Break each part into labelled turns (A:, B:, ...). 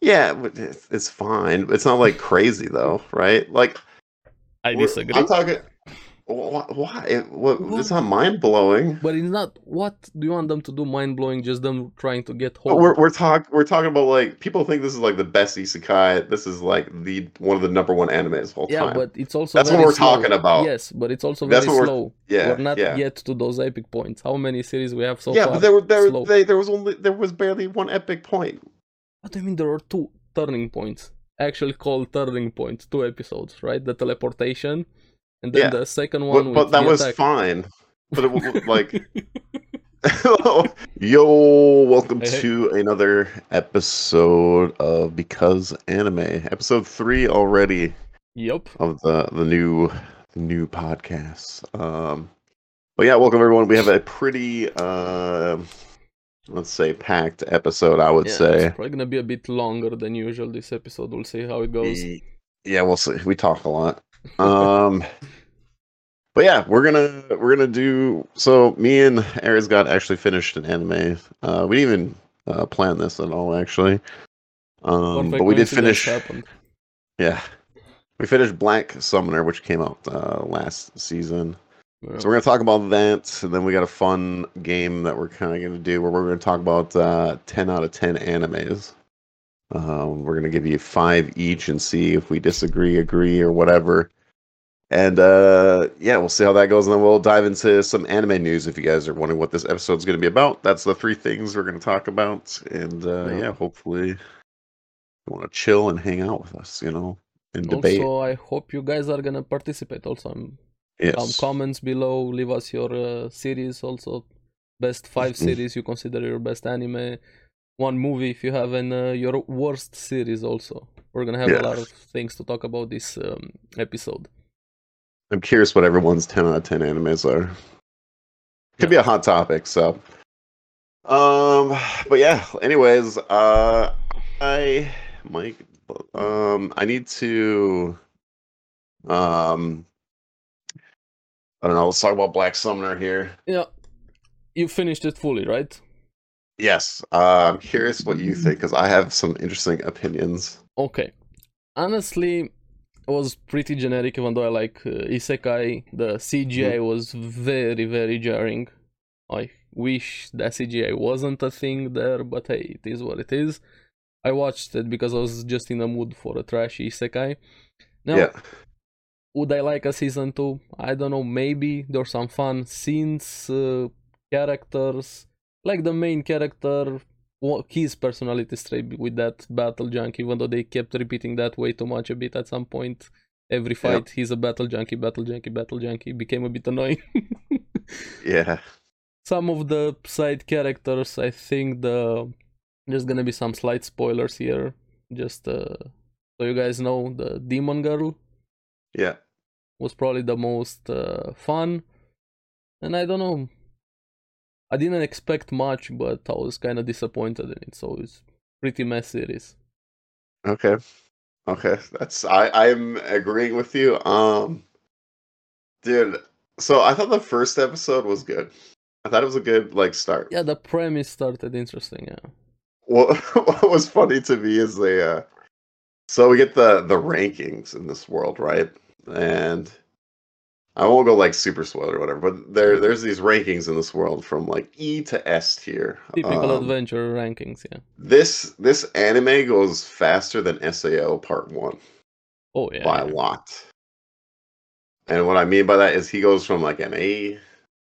A: Yeah, but it's, it's fine. It's not like crazy though, right? Like
B: I
A: we're-
B: disagree.
A: I'm talking. Why? why? It- what- It's not mind blowing.
C: But it's not. What do you want them to do? Mind blowing? Just them trying to get home.
A: We're we're talking we're talking about like people think this is like the best isekai. This is like the one of the number one animes of all
C: yeah,
A: time.
C: but it's also
A: That's what
C: very
A: we're
C: slow.
A: talking about.
C: Yes, but it's also
A: That's
C: very
A: what we're-
C: slow.
A: yeah,
C: we're not
A: yeah.
C: yet to those epic points. How many series we have so
A: yeah,
C: far?
A: but there were there
C: slow.
A: they, there was only there was barely one epic point.
C: What do you mean there are two turning points? Actually called turning points, two episodes, right? The teleportation and then
A: Yeah.
C: the second one
A: But,
C: with
A: but that
C: the
A: was
C: attack.
A: fine. But it was like Yo, welcome
B: Hey, hey.
A: to another episode of Because Anime. Episode 3 already
C: Yep.
A: of the the new the new podcast. Um but yeah, welcome everyone. We have a pretty um let's say packed episode, I would
C: Yeah,
A: say.
C: It's probably gonna be a bit longer than usual this episode. We'll see how it goes.
A: Y- Yeah, we'll see. We talk a lot. Um But yeah, we're gonna we're gonna do so me and Ares got actually finished an anime. Uh we didn't even uh plan this at all actually. Um
C: Perfect
A: but we did
C: coincidence
A: finish
C: happened.
A: yeah. We finished Black Summoner, which came out uh last season.
C: Yeah.
A: So we're gonna talk about that, and then we got a fun game that we're kind of gonna do where we're gonna talk about uh, ten out of ten animes. Um, we're gonna give you five each and see if we disagree, agree, or whatever. And uh, yeah, we'll see how that goes, and then we'll dive into some anime news. If you guys are wondering what this episode's gonna be about, that's the three things we're gonna talk about. And uh,
C: Yeah.
A: yeah, hopefully, you want to chill and hang out with us, you know, and debate.
C: Also, I hope you guys are gonna participate. Also, I'm um,
A: yes.
C: comments below. Leave us your uh, series also. Best five
A: Mhm.
C: series you consider your best anime. One movie if you have, and uh, your worst series also. We're gonna have a lot
A: Yeah.
C: of things to talk about this um, episode.
A: I'm curious what everyone's 10 out of 10 animes are. Could be a hot topic, so. Um, but yeah, anyways, uh I Mike um I need to um I don't know, let's talk about Black Summoner here.
C: Yeah, you finished it fully, right?
A: Yes, uh, I'm curious what you think cuz I have some interesting opinions.
C: Okay. Honestly, it was pretty generic, even though I like uh, Isekai. The CGI was very, very jarring. I wish that CGI wasn't a thing there, but hey, it is what it is. I watched it because I was just in the mood for a trashy Isekai. Now,
A: Yeah.
C: would I like a season two? I don't know. Maybe there's some fun scenes, uh, characters, like the main character, what his personality trait with that battle junkie. Even though they kept repeating that way too much, a bit at some point, every fight he's a battle junkie, battle junkie, battle junkie became a bit annoying.
A: Yeah.
C: some of the side characters, I think the there's gonna be some slight spoilers here, just uh, so you guys know the demon girl
A: Yeah.
C: was probably the most uh, fun. And I don't know. I didn't expect much, but I was kind of disappointed in it. So it's pretty mess series.
A: Okay. Okay. That's I I'm agreeing with you. Um dude, so I thought the first episode was good. I thought it was a good like start.
C: Yeah, the premise started interesting. Yeah.
A: What what was funny to me is they uh so we get the the rankings in this world, right? And I won't go like super spoiler or whatever, but
C: Mm-hmm.
A: there there's these rankings in this world from like E to S tier.
C: Typical
A: Um,
C: adventure rankings. Yeah.
A: This this anime goes faster than SAO part 1.
C: Oh yeah.
A: by a lot. And what I mean by that is he goes from like an A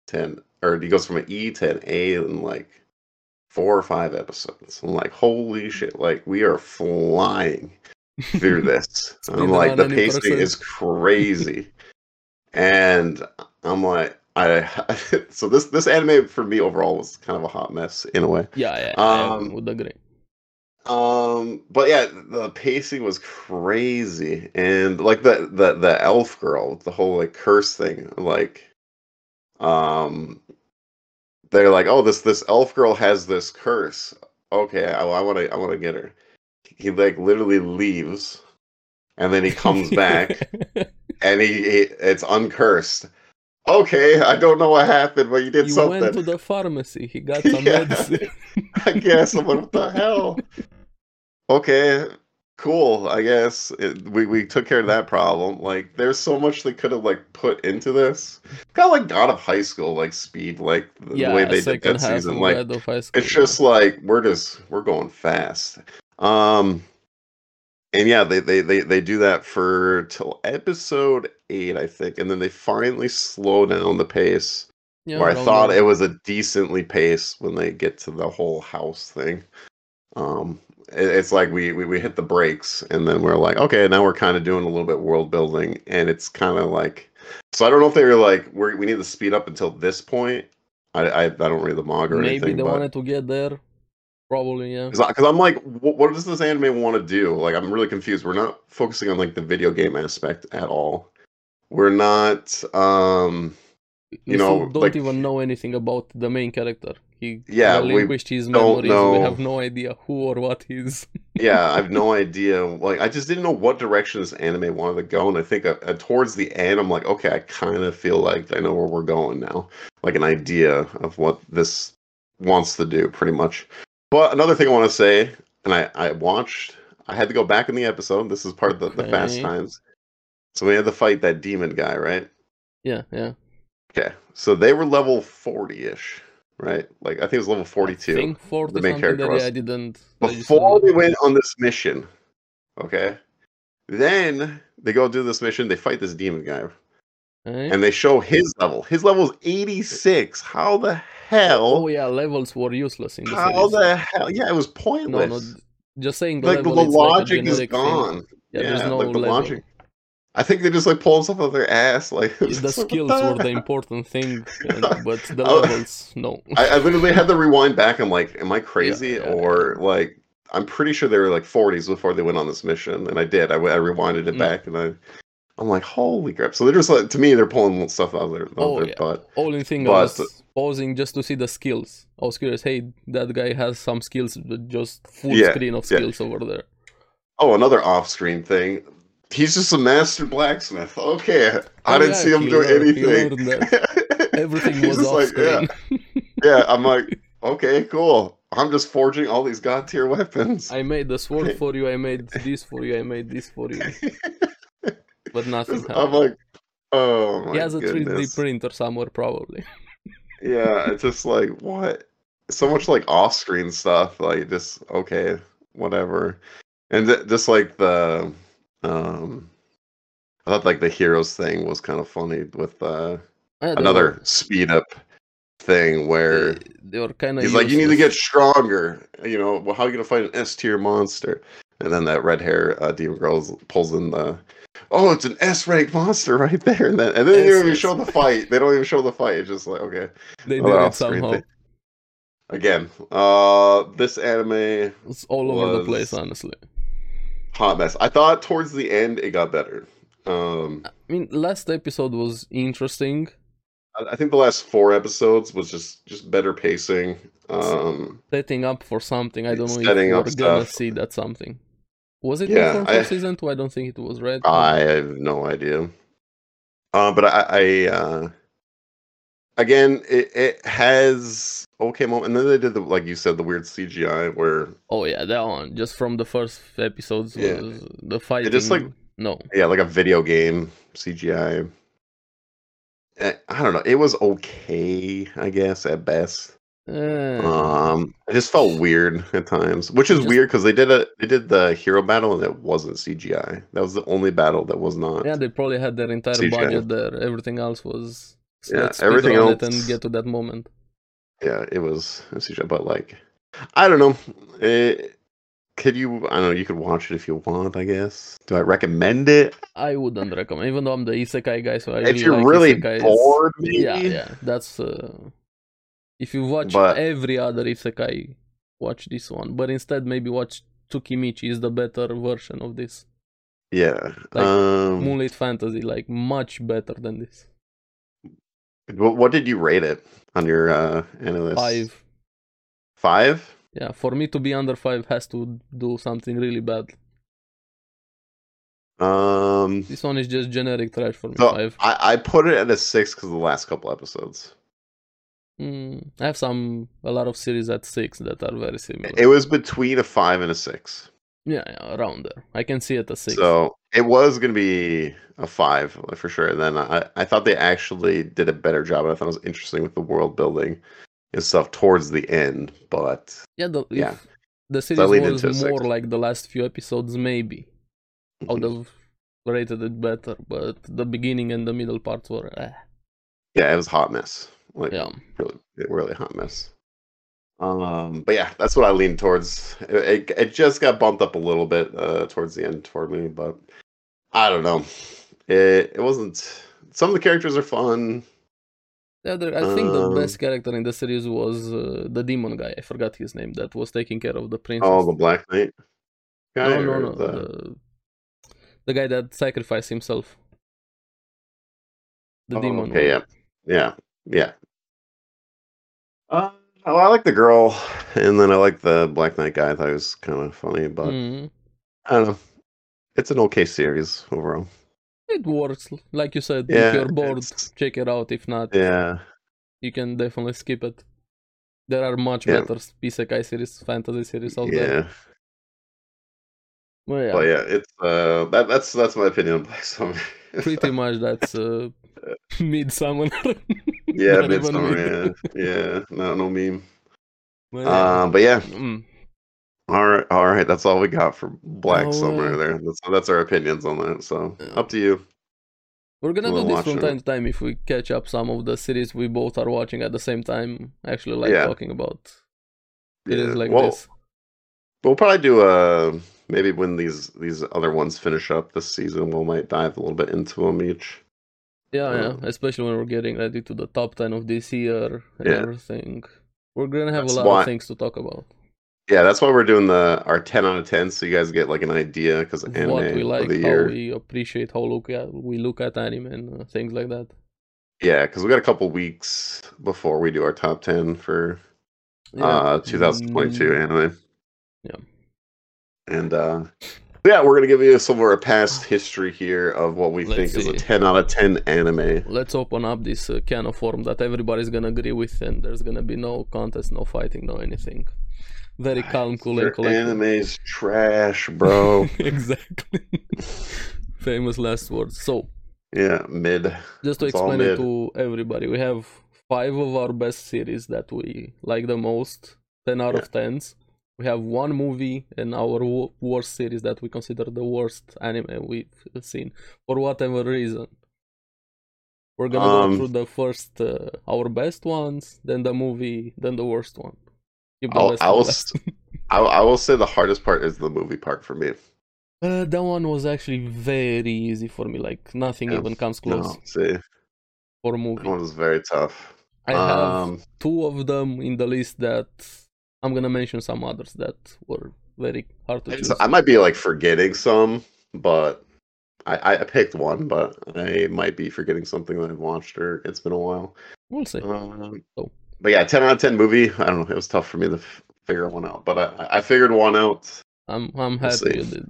A: to an, or he goes from an E to an A in like four or five episodes. I'm like, holy shit, like we are flying through this.
C: Speed
A: I'm like,
C: around
A: the
C: 90%.
A: pacing is crazy. and I'm like, I so this this anime for me overall was kind of a hot mess in a way.
C: yeah, yeah. I
A: Um,
C: would agree.
A: Um, but yeah, the pacing was crazy, and like the the the elf girl, the whole like curse thing, like, um, they're like, oh, this this elf girl has this curse. Okay, I want to I want to get her. He like literally leaves, and then he comes back, and he, he it's uncursed. Okay, I don't know what happened, but you did
C: you
A: something.
C: went to the pharmacy. He got some
A: Yeah.
C: medicine.
A: I guess. I'm like, what the hell? okay, cool. I guess it, we we took care of that problem. Like, there's so much they could have like put into this. Kind of like God of High School, like speed, like the, the way they did
C: second
A: that
C: half
A: season.
C: of
A: Like,
C: Red of High School,
A: it's just like we're just we're going fast um and yeah they they they, they do that for till episode eight i think and then they finally slow down the pace
C: yeah,
A: where i
C: around
A: thought
C: there.
A: it was a decently paced when they get to the whole house thing um it, it's like we, we we hit the brakes and then we're like okay now we're kind of doing a little bit world building and it's kind of like so i don't know if they were like we're, we need to speed up until this point i i, I don't read the manga or
C: maybe
A: anything
C: they
A: but...
C: wanted to get there. Probably yeah.
A: Because I'm like, what, what does this anime want to do? Like, I'm really confused. We're not focusing on like the video game aspect at all. We're not. um
C: We
A: you
C: still
A: know,
C: don't
A: like-
C: even know anything about the main character. He
A: Yeah, we
C: relinquished his memories. We
A: know-
C: have no idea who or what he is.
A: Yeah, I have no idea. Like, I just didn't know what direction this anime wanted to go. And I think uh, uh, towards the end, I'm like, okay, I kind of feel like I know where we're going now. Like an idea of what this wants to do, pretty much. But another thing I want to say, and I I watched. I had to go back in the episode. This is part of the, the fast
C: Okay.
A: times. So we had to fight that demon guy, right?
C: Yeah, yeah.
A: Okay, so they were level forty-ish, right? Like I think it was level
C: I
A: forty-two
C: think 40
A: the main
C: something
A: character
C: that
A: was.
C: I didn't. register
A: before
C: that.
A: they went on this mission. Okay, then they go do this mission. They fight this demon guy,
C: Eh?
A: and they show his level. His level is eighty-six. How the hell?
C: Oh yeah, levels were useless in the
A: how
C: series.
A: the hell? Yeah, it was
C: No,
A: pointless.
C: no. Just saying the
A: like
C: level
A: the
C: it's like a
A: logic is
C: generic thing.
A: gone.
C: Yeah, there's no
A: like the
C: level.
A: logic. I think they just like pull stuff out of their ass. Like it's
C: The
A: like, what
C: skills were
A: hell?
C: the important thing, and- but the
A: Oh.
C: levels, no.
A: I, I literally had to rewind back. I'm like, am I crazy
C: yeah, yeah.
A: or like? I'm pretty sure they were like 40s before they went on this mission, and I did. I, w- I rewinded it
C: Mm.
A: back, and I, I'm like, holy crap! So they're just like, to me, they're pulling stuff out of their, out
C: Oh,
A: their
C: yeah.
A: butt.
C: Only thing I
A: But-
C: was pausing just to see the skills. I was curious. Hey, that guy has some skills, but just full
A: Yeah,
C: screen of
A: yeah.
C: skills over there.
A: Oh, another off-screen thing. He's just a master blacksmith. Okay, I
C: Oh,
A: didn't
C: yeah,
A: see him
C: he
A: do
C: learned-
A: anything.
C: he learned that. Everything
A: He's
C: was
A: just
C: off
A: like, yeah.
C: screen.
A: yeah, I'm like, okay, cool. I'm just forging all these god tier weapons.
C: I made the sword for you. I made this for you. I made this for you. But nothing
A: I'm
C: happened.
A: like, oh my
C: He has a
A: goodness.
C: 3D printer somewhere, probably.
A: yeah it's just like what so much like off-screen stuff like just okay whatever and th- just like the um i thought like the heroes thing was kind of funny with uh
C: I don't
A: another speed up thing
C: know.
A: where
C: They- They were kind of.
A: he's like you need to get stronger you know well how are you gonna fight an s-tier monster and then that red hair uh, demon girl is- pulls in the oh it's an s-rank monster right there and then and then they don't even
C: S-
A: show the fight they don't even show the fight it's just like okay
C: They
A: Another
C: did it
A: off-screen
C: somehow.
A: thing. Again, uh, this anime
C: It's all over the place,
A: was-
C: honestly.
A: hot mess. I thought towards the end it got better. Um,
C: I mean, last episode was interesting.
A: I, I think the last four episodes was just just better pacing. Um,
C: setting up for something. I don't know
A: Setting
C: if
A: up
C: we're gonna
A: stuff.
C: see that something. Was it
A: Yeah,
C: confirmed
A: I-
C: for season two? I don't think it was red.
A: I have no idea. Uh, but I, I uh, again, it, it has okay moment. And then they did the like you said the weird CGI where
C: oh yeah, that one. Just from the first episodes,
A: Yeah.
C: was the fighting.
A: just, like-
C: no.
A: yeah like a video game CGI. Eh, I don't know. It was okay, I guess at best.
C: Eh,
A: Um, it just felt weird at times, which is
C: Just-
A: weird because they did a they did the hero battle and it wasn't CGI. That was the only battle that was not.
C: yeah, they probably had their entire
A: CGI.
C: budget there. Everything else was.
A: Yeah,
C: let's
A: everything
C: speedrun it and
A: else-
C: get to that moment.
A: yeah, it was it was CGI, but like, I don't know. It, could you? I don't know. You could watch it if you want. I guess. Do I recommend it?
C: I wouldn't recommend, even though I'm the isekai guy. So I
A: if
C: really
A: you're
C: like
A: really
C: isekais.
A: bored, maybe.
C: yeah, yeah, that's. Uh, if you watch
A: But-
C: every other isekai, watch this one. But instead, maybe watch Tsukimichi is the better version of this.
A: Yeah,
C: Like,
A: um,
C: Moonlit Fantasy, like much better than this.
A: what, what did you rate it on your uh end of this?
C: Five.
A: Five.
C: Yeah, for me to be under five has to do something really bad.
A: Um.
C: This one is just generic trash for me.
A: So
C: five.
A: I, I put it at a six because of the last couple episodes.
C: Mm, I have some a lot of series at six that are very similar.
A: It was between a five and a six.
C: Yeah, yeah, around there. I can see it as six.
A: So it was going to be a five like, for sure. And then I, I thought they actually did a better job. and I thought it was interesting with the world building and stuff towards the end. But
C: yeah, the,
A: yeah.
C: if the
A: I
C: series
A: lean
C: was
A: into a six.
C: more like the last few episodes, maybe I would
A: mhm.
C: have rated it better. But the beginning and the middle parts were, eh,
A: yeah, it was a hot mess. Like
C: yeah,
A: really, really hot mess. Um, but yeah, that's what I leaned towards. It, it, it just got bumped up a little bit uh, towards the end toward me, but I don't know. It it wasn't. Some of the characters are fun.
C: yeah the, I think the
A: Um,
C: best character in the series was uh, the demon guy. I forgot his name. That was taking care of the princess.
A: Oh, the Black Knight. guy
C: no, no,
A: or
C: no,
A: the-
C: the the guy that sacrificed himself. The
A: Oh,
C: demon.
A: Okay,
C: one.
A: yeah, yeah, yeah. Uh, well, I like the girl, and then I like the Black Knight guy. I thought he was kind of funny, but
C: Mhm.
A: I don't know. It's an okay series overall.
C: It works, like you said.
A: Yeah,
C: if you're bored,
A: it's-
C: check it out. If not,
A: Yeah,
C: you can definitely skip it. There are much
A: Yeah.
C: better isekai series, fantasy series out there.
A: yeah.
C: Well, yeah,
A: But yeah, it's uh, that, that's that's my opinion on Black Summer.
C: pretty much that's uh, midsummer.
A: yeah,
C: not even
A: Midsummer, yeah,
C: me.
A: yeah, no, no meme.
C: Well, yeah.
A: Um, but yeah,
C: Mm.
A: all right, all right, that's all we got for Black
C: Oh,
A: Summer.
C: uh,
A: There, that's that's our opinions on that. So
C: Yeah.
A: up to you.
C: We're gonna
A: We'll
C: do this
A: watch
C: from
A: it.
C: time to time if we catch up some of the series we both are watching at the same time. I Actually, like
A: Yeah.
C: talking about series like
A: well,
C: this.
A: We'll probably do uh maybe when these these other ones finish up this season, we might dive a little bit into them each.
C: Yeah, yeah.
A: um,
C: Especially when we're getting ready to the top ten of this year and
A: Yeah.
C: everything. We're gonna have
A: That's
C: a lot
A: why-
C: of things to talk about.
A: Yeah, that's why we're doing the our ten out of ten, so you guys get like an idea because anime
C: what we like,
A: of the
C: how
A: year.
C: we appreciate how look at we look at anime and uh, things like that.
A: Yeah, because we got a couple weeks before we do our top ten for uh 2022
C: Mm,
A: anime.
C: Yeah.
A: And uh yeah, we're gonna give you some of our past history here of what we
C: Let's
A: think is a
C: see.
A: ten out of ten anime.
C: Let's open up this uh, can of form that everybody's gonna agree with, and there's gonna be no contest, no fighting, no anything. Very calm, cool, and
A: Your
C: collected.
A: anime's trash, bro.
C: exactly. Famous last words. So,
A: yeah, mid.
C: just to
A: It's all
C: explain
A: mid.
C: it to everybody, we have five of our best series that we like the most, 10 out of 10s. We have one movie and our wo- worst series that we consider the worst anime we've seen for whatever reason. We're gonna
A: Um,
C: go through the first, uh, our best ones, then the movie, then the worst one. Keep the
A: I'll,
C: best
A: I
C: for
A: will,
C: last.
A: s- I, I will say the hardest part is the movie part for me.
C: Uh, that one was actually very easy for me. Like nothing
A: Yeah.
C: even comes close
A: No, see,
C: for a
A: that
C: movie.
A: one was very tough.
C: I have
A: um,
C: two of them in the list that I'm gonna mention some others that were very hard to choose.
A: it's- I might be like forgetting some, but I, I picked one, but I might be forgetting something that I've watched or it's been a while.
C: We'll see.
A: Um,
C: Oh.
A: but yeah, ten out of ten movie. I don't know. It was tough for me to f- figure one out, but I, I figured one out.
C: I'm I'm
A: we'll
C: happy
A: see.
C: you did.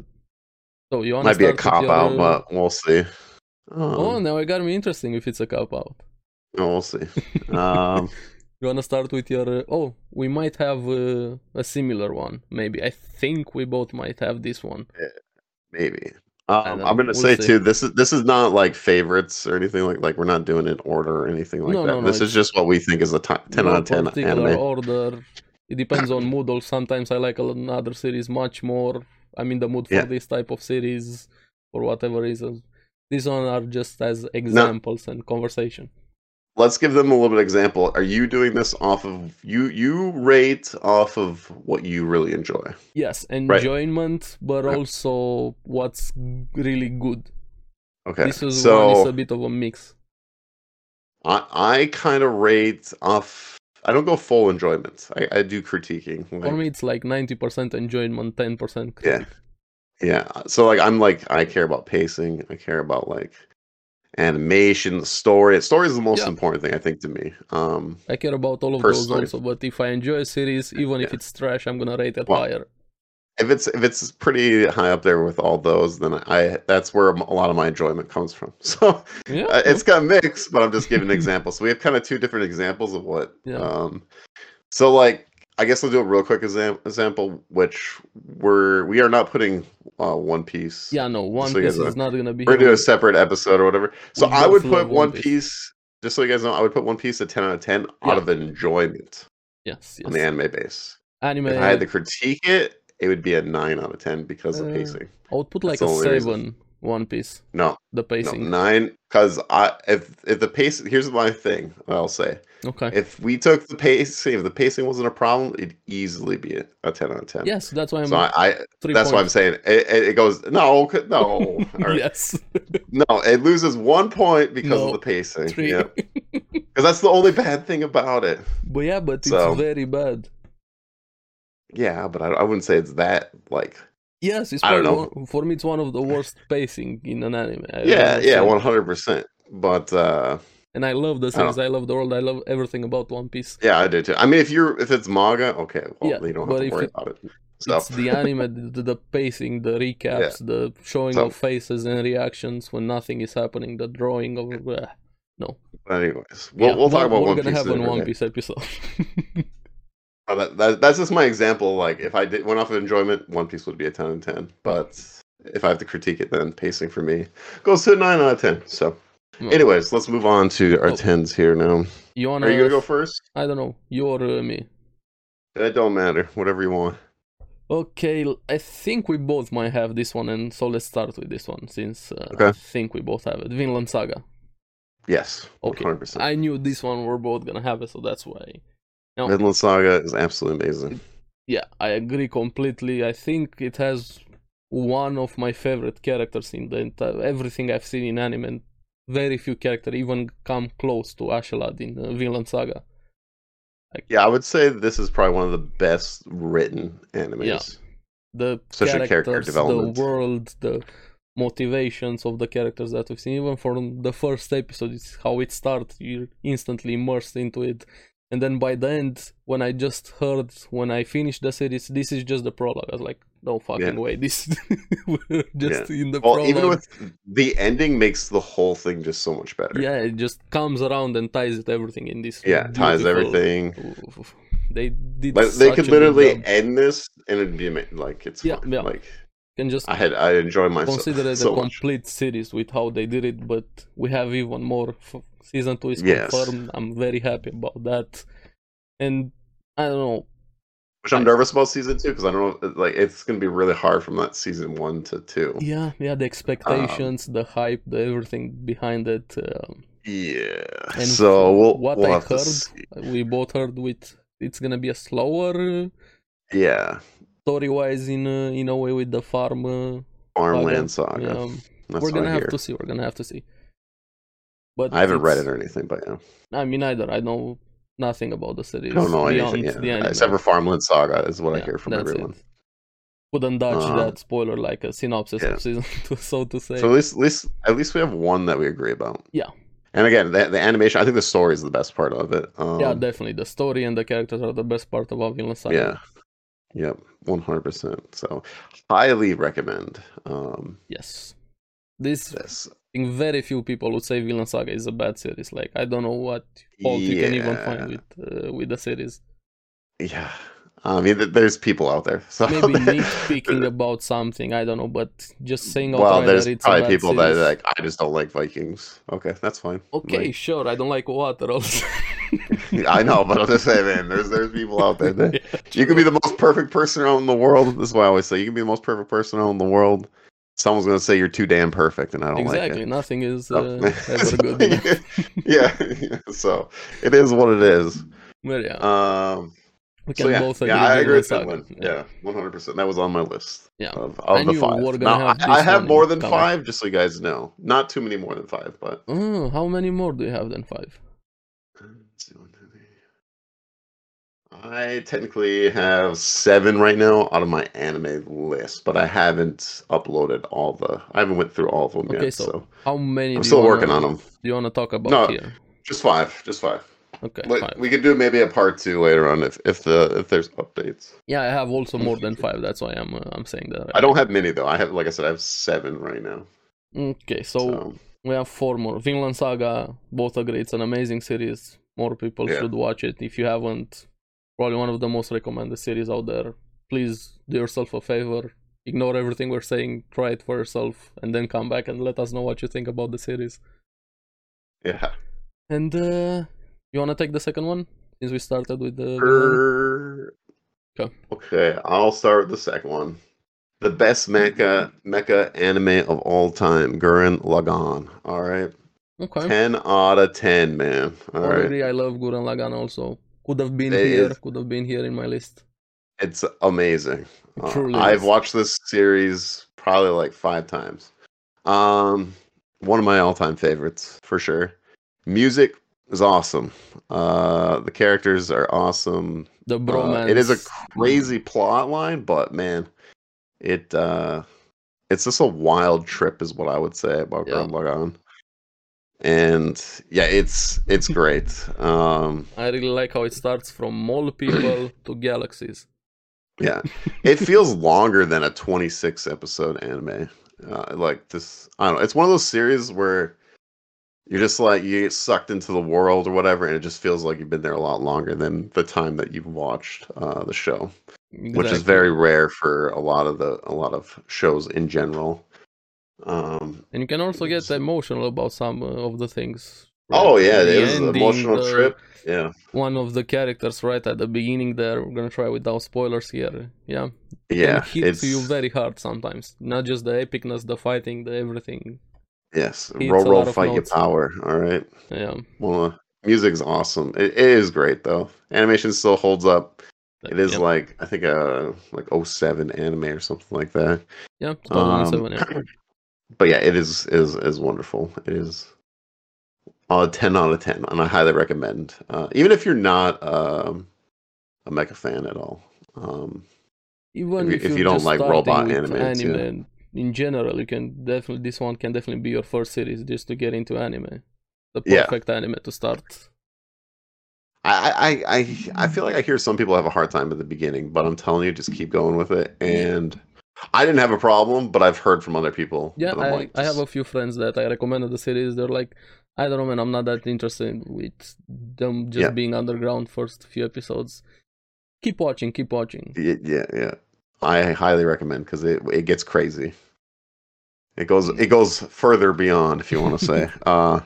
C: So you wanna
A: Might be a
C: start
A: cop
C: with
A: out,
C: your, uh,
A: but we'll see.
C: oh
A: Um,
C: now it got me interesting. If it's a cop out,
A: We'll see. Um,
C: you wanna start with your uh, oh we might have uh, a similar one maybe. I think we both might have this one.
A: maybe. Um,
C: don't
A: I'm
C: know.
A: gonna
C: We'll
A: say
C: see.
A: too. This is this is not like favorites or anything like like we're not doing it in order or anything like
C: No,
A: that.
C: no, no,
A: this is
C: it's-
A: just what we think is a ti- ten
C: no
A: out of ten
C: particular
A: anime.
C: order. It depends on mood. Or sometimes I like another series much more. I'm in the mood for
A: Yeah.
C: this type of series for whatever reason. These one are just as examples and conversation.
A: Let's give them a little bit of example. Are you doing this off of you? You rate off of what you really enjoy.
C: Yes, enjoyment, but
A: Yeah.
C: also what's really good.
A: Okay,
C: This is
A: so
C: one is a bit of a mix.
A: I I kind of rate off. I don't go full enjoyment. I, I do critiquing.
C: For
A: Like,
C: me, it's like ninety percent enjoyment, ten percent.
A: Yeah. Yeah. uh, So like I'm like I care about pacing. I care about like animation, the story. Story is the most
C: Yeah.
A: important thing I think to me. Um
C: I care about all of
A: Personally.
C: those also, but if I enjoy a series, even if
A: Yeah.
C: it's trash, I'm gonna rate it
A: Well,
C: higher.
A: if it's if it's pretty high up there with all those, then I that's where a lot of my enjoyment comes from. So
C: Yeah,
A: uh, it's got mixed, but I'm just giving an example. So we have kind of two different examples of what.
C: Yeah.
A: Um, so like I guess I'll do a real quick exam- example, which we're we are not putting uh, One Piece.
C: Yeah, no, One
A: So you
C: Piece
A: guys
C: is not gonna be.
A: We're gonna
C: here.
A: do a separate episode or whatever. So
C: We
A: I
C: both
A: would
C: love
A: put
C: One
A: One
C: Piece.
A: Piece. Just so you guys know, I would put One Piece a ten out of ten
C: Yeah.
A: out of enjoyment
C: yes,
A: on
C: yes.
A: the anime base.
C: anime.
A: If I had to critique it, it would be a nine out of ten because
C: Uh,
A: of pacing.
C: I would put like
A: That's
C: a
A: the only reason.
C: seven. One Piece.
A: No, no
C: The pacing.
A: nine because I if if the pace here's my thing I'll say
C: okay.
A: if we took the pacing if the pacing wasn't a problem it'd easily be a, a ten out of ten.
C: yes, that's why I'm.
A: So I, I
C: three
A: that's why I'm
C: points.
A: saying it, it, it goes no c- no or,
C: yes.
A: no it loses one point because
C: No,
A: of the pacing
C: Three.
A: yeah because that's the only bad thing about it
C: But yeah, but it's
A: So-
C: very bad.
A: yeah but I, I wouldn't say it's that like
C: Yes, it's
A: I don't
C: probably one, for me. It's one of the worst pacing in an anime. I
A: yeah
C: don't
A: yeah
C: understand.
A: one hundred percent but uh
C: And I love the
A: don't-
C: series. I, love the world. I love everything about One Piece.
A: Yeah, I do too. I mean, if you're if it's manga, okay, well,
C: Yeah,
A: you don't
C: but
A: have to
C: if
A: worry
C: it-
A: about it. So
C: It's the anime, the, the pacing, the recaps, the showing
A: So-
C: of faces and reactions when nothing is happening, the drawing of. Uh,
A: but anyways, we'll,
C: yeah,
A: we'll talk
C: one-
A: about
C: We're
A: One
C: gonna
A: Piece.
C: have an
A: another
C: One
A: day.
C: Piece episode.
A: Uh, that- that- that's just my example. Like, if I did went off of enjoyment, One Piece would be a ten out of ten. But if I have to critique it, then pacing for me goes to a nine out of ten. So,
C: No.
A: anyways, let's move on to our
C: Hmm. Oh.
A: tens here now.
C: you wanna?
A: Are you gonna go first?
C: I don't know. You or uh, me?
A: It don't matter. Whatever you want.
C: Okay, l- I think we both might have this one, and so let's start with this one since uh, I
A: Okay.
C: think we both have it. Vinland Saga.
A: Yes, one
C: Okay,
A: hundred percent.
C: I knew this one we're both gonna have it, so that's why. no.
A: Vinland Saga is absolutely amazing.
C: Yeah, I agree completely. I think it has one of my favorite characters in the entire everything I've seen in anime. And very few characters even come close to Ashelad in uh, Vinland Saga.
A: Yeah, I would say this is probably one of the best written animes.
C: the
A: Such a character
C: characters,
A: development.
C: the world, the motivations of the characters that we've seen. Even from the first episode, it's how it starts. You're instantly immersed into it, and then by the end, when I just heard when I finished the series, this is just the prologue. I was like, no fucking way, this we're just in the
A: Well,
C: prologue.
A: even with the ending makes the whole thing just so much better.
C: yeah, it just comes around and ties it everything in this.
A: Yeah, it ties
C: beautiful-
A: everything.
C: Oof. They did.
A: Like they
C: such a
A: could
C: good
A: literally
C: job.
A: end this and it'd be ama- like it's
C: Yeah,
A: fine.
C: yeah.
A: Like
C: can just
A: I had I enjoy myself
C: consider it
A: so
C: a
A: much.
C: complete series with how they did it, but we have even more. F- season 2 is
A: Yes.
C: confirmed. I'm very happy about that. And I don't know.
A: Which I'm nervous about season two because I don't know. uh, Like it's gonna be really hard from that season one to two.
C: Yeah, yeah, the expectations,
A: Um,
C: the hype, the everything behind it. Um,
A: Yeah.
C: And
A: so we'll
C: what
A: we'll
C: I
A: have to
C: heard-
A: see.
C: we both heard with it's gonna be a slower
A: Yeah,
C: story wise in uh, in a way with the farm. Uh,
A: Farmland Saga.
C: yeah.
A: That's
C: we're
A: what
C: gonna
A: I
C: have
A: hear.
C: to see. We're gonna have to see. But
A: I haven't read
C: it's-
A: it or anything, but yeah,
C: I mean, either I know nothing about the series.
A: I don't know anything
C: beyond
A: yet.
C: the anime.
A: Except for Farmland Saga is what I
C: Yeah,
A: hear from
C: that's
A: everyone.
C: It. Couldn't dodge
A: Um,
C: that spoiler like a synopsis
A: yeah.
C: of season two, so to say.
A: So at least, at least, at least we have one that we agree about.
C: Yeah.
A: And again, the, the animation. I think the story is the best part of it. Um,
C: yeah, definitely. The story and the characters are the best part about Vinland Saga.
A: yeah, yep, one hundred percent. So highly recommend um,
C: Yes. This, I
A: this.
C: think very few people would say Vinland Saga is a bad series. Like, I don't know what fault you can even find with uh, with the series.
A: Yeah, I mean, th- there's people out there. So
C: Maybe nitpicking about something, I don't know, but just saying out
A: Well,
C: loud
A: there's
C: that it's a
A: probably
C: bad
A: people that
C: series.
A: are like I just don't like Vikings. Okay, that's fine.
C: Okay, sure, I don't like water also.
A: Like, I know, but I'm just saying, man, there's there's people out there that You can be the most perfect person out in the world. This is why I always say you can be the most perfect person out in the world. Someone's gonna say you're too damn perfect, and I don't
C: Exactly,
A: like it.
C: nothing is
A: So-
C: uh, ever good enough.
A: yeah, yeah. So it is what it is.
C: Well, yeah,
A: Um,
C: we
A: so
C: can
A: yeah,
C: both agree.
A: yeah, I
C: with
A: agree with that
C: Saga.
A: one. Yeah, one hundred percent. That was on my list.
C: Yeah.
A: Of,
C: I
A: of the
C: knew
A: five.
C: we were gonna
A: Now,
C: have
A: I, I
C: this
A: have
C: one
A: more than
C: covered.
A: five, just so you guys know. Not too many more than five, but
C: Oh, how many more do you have than five?
A: I technically have seven right now out of my anime list, but I haven't uploaded all the. I haven't went through all of them
C: Okay,
A: yet,
C: so
A: so,
C: How many?
A: I'm
C: do
A: still
C: you
A: working on
C: wanna-
A: them.
C: Do you want to talk about
A: No.
C: here?
A: Just five, just five.
C: Okay,
A: But
C: five.
A: We could do maybe a part two later on if if the if there's updates.
C: Yeah, I have also more than five. That's why I'm uh, I'm saying that.
A: I don't have many though. I have, like I said, I have seven right now.
C: Okay, so,
A: So
C: we have four more. Vinland Saga. Both agree it's an amazing series. More people
A: Yeah.
C: should watch it. If you haven't, probably one of the most recommended series out there. Please do yourself a favor, ignore everything we're saying, try it for yourself, and then come back and let us know what you think about the series.
A: Yeah.
C: And uh, you want to take the second one since we started with the.
A: Er,
C: Okay.
A: Okay, I'll start with the second one. The best mecha mecha anime of all time, Gurren Lagann. All right,
C: Okay.
A: ten out of ten, man. All right,
C: Already, I love Gurren Lagann also. Could have been
A: It
C: here,
A: is-
C: could have been here in my list.
A: it's amazing.
C: It
A: Uh,
C: truly
A: I've
C: is.
A: watched this series probably like five times. Um, one of my all-time favorites for sure. Music is awesome. Uh, the characters are awesome.
C: The
A: Uh,
C: bromance.
A: it is a crazy plot line, but man, it uh it's just a wild trip is what I would say about
C: Yeah.
A: Grand Lagan. And yeah, it's it's great. um
C: I really like how it starts from mole people to galaxies.
A: yeah. It feels longer than a 26 episode anime. Uh, like this I don't know. It's one of those series where you're just like you get sucked into the world or whatever, and it just feels like you've been there a lot longer than the time that you've watched uh, the show. which is
C: Exactly.
A: very rare for a lot of the a lot of shows in general. Um,
C: And you can also get emotional about some uh, of the things.
A: oh yeah, it
C: the
A: is an
C: ending, uh,
A: emotional
C: the-
A: trip. Yeah,
C: One of the characters right at the beginning there, we're gonna try without spoilers here. Yeah.
A: yeah,
C: Can hit
A: it's
C: you very hard sometimes. Not just the epicness, the fighting, the everything.
A: yes.
C: hits
A: roll,
C: a
A: roll,
C: lot of
A: fight your
C: notes.
A: power. All right.
C: Yeah.
A: Well, the music's awesome. It, it is great though. Animation still holds up. It is
C: yeah.
A: like I think a like 07 anime or something like that.
C: yeah,
A: Um,
C: 2007. yeah.
A: But yeah, it is is is wonderful. It is a ten out of ten, and I highly recommend. Uh, even if you're not um, a mecha fan at all, um,
C: Even
A: you- if
C: if, you're
A: you don't
C: just
A: like
C: starting
A: robot
C: with
A: animes, yeah.
C: anime in general, you can definitely this one can definitely be your first series just to get into anime. The
A: Yeah.
C: perfect anime to start.
A: I, I I I feel like I hear some people have a hard time at the beginning, but I'm telling you, just keep going with it. And I didn't have a problem, but I've heard from other people.
C: Yeah,
A: and
C: I,
A: I'm like,
C: I have a
A: just-
C: few friends that I recommended the series. They're like, I don't know, man, I'm not that interested with them just
A: Yeah.
C: being underground first few episodes. Keep watching, keep watching.
A: yeah, yeah, yeah. I highly recommend because it it gets crazy. It goes it goes further beyond, if you want to say. uh,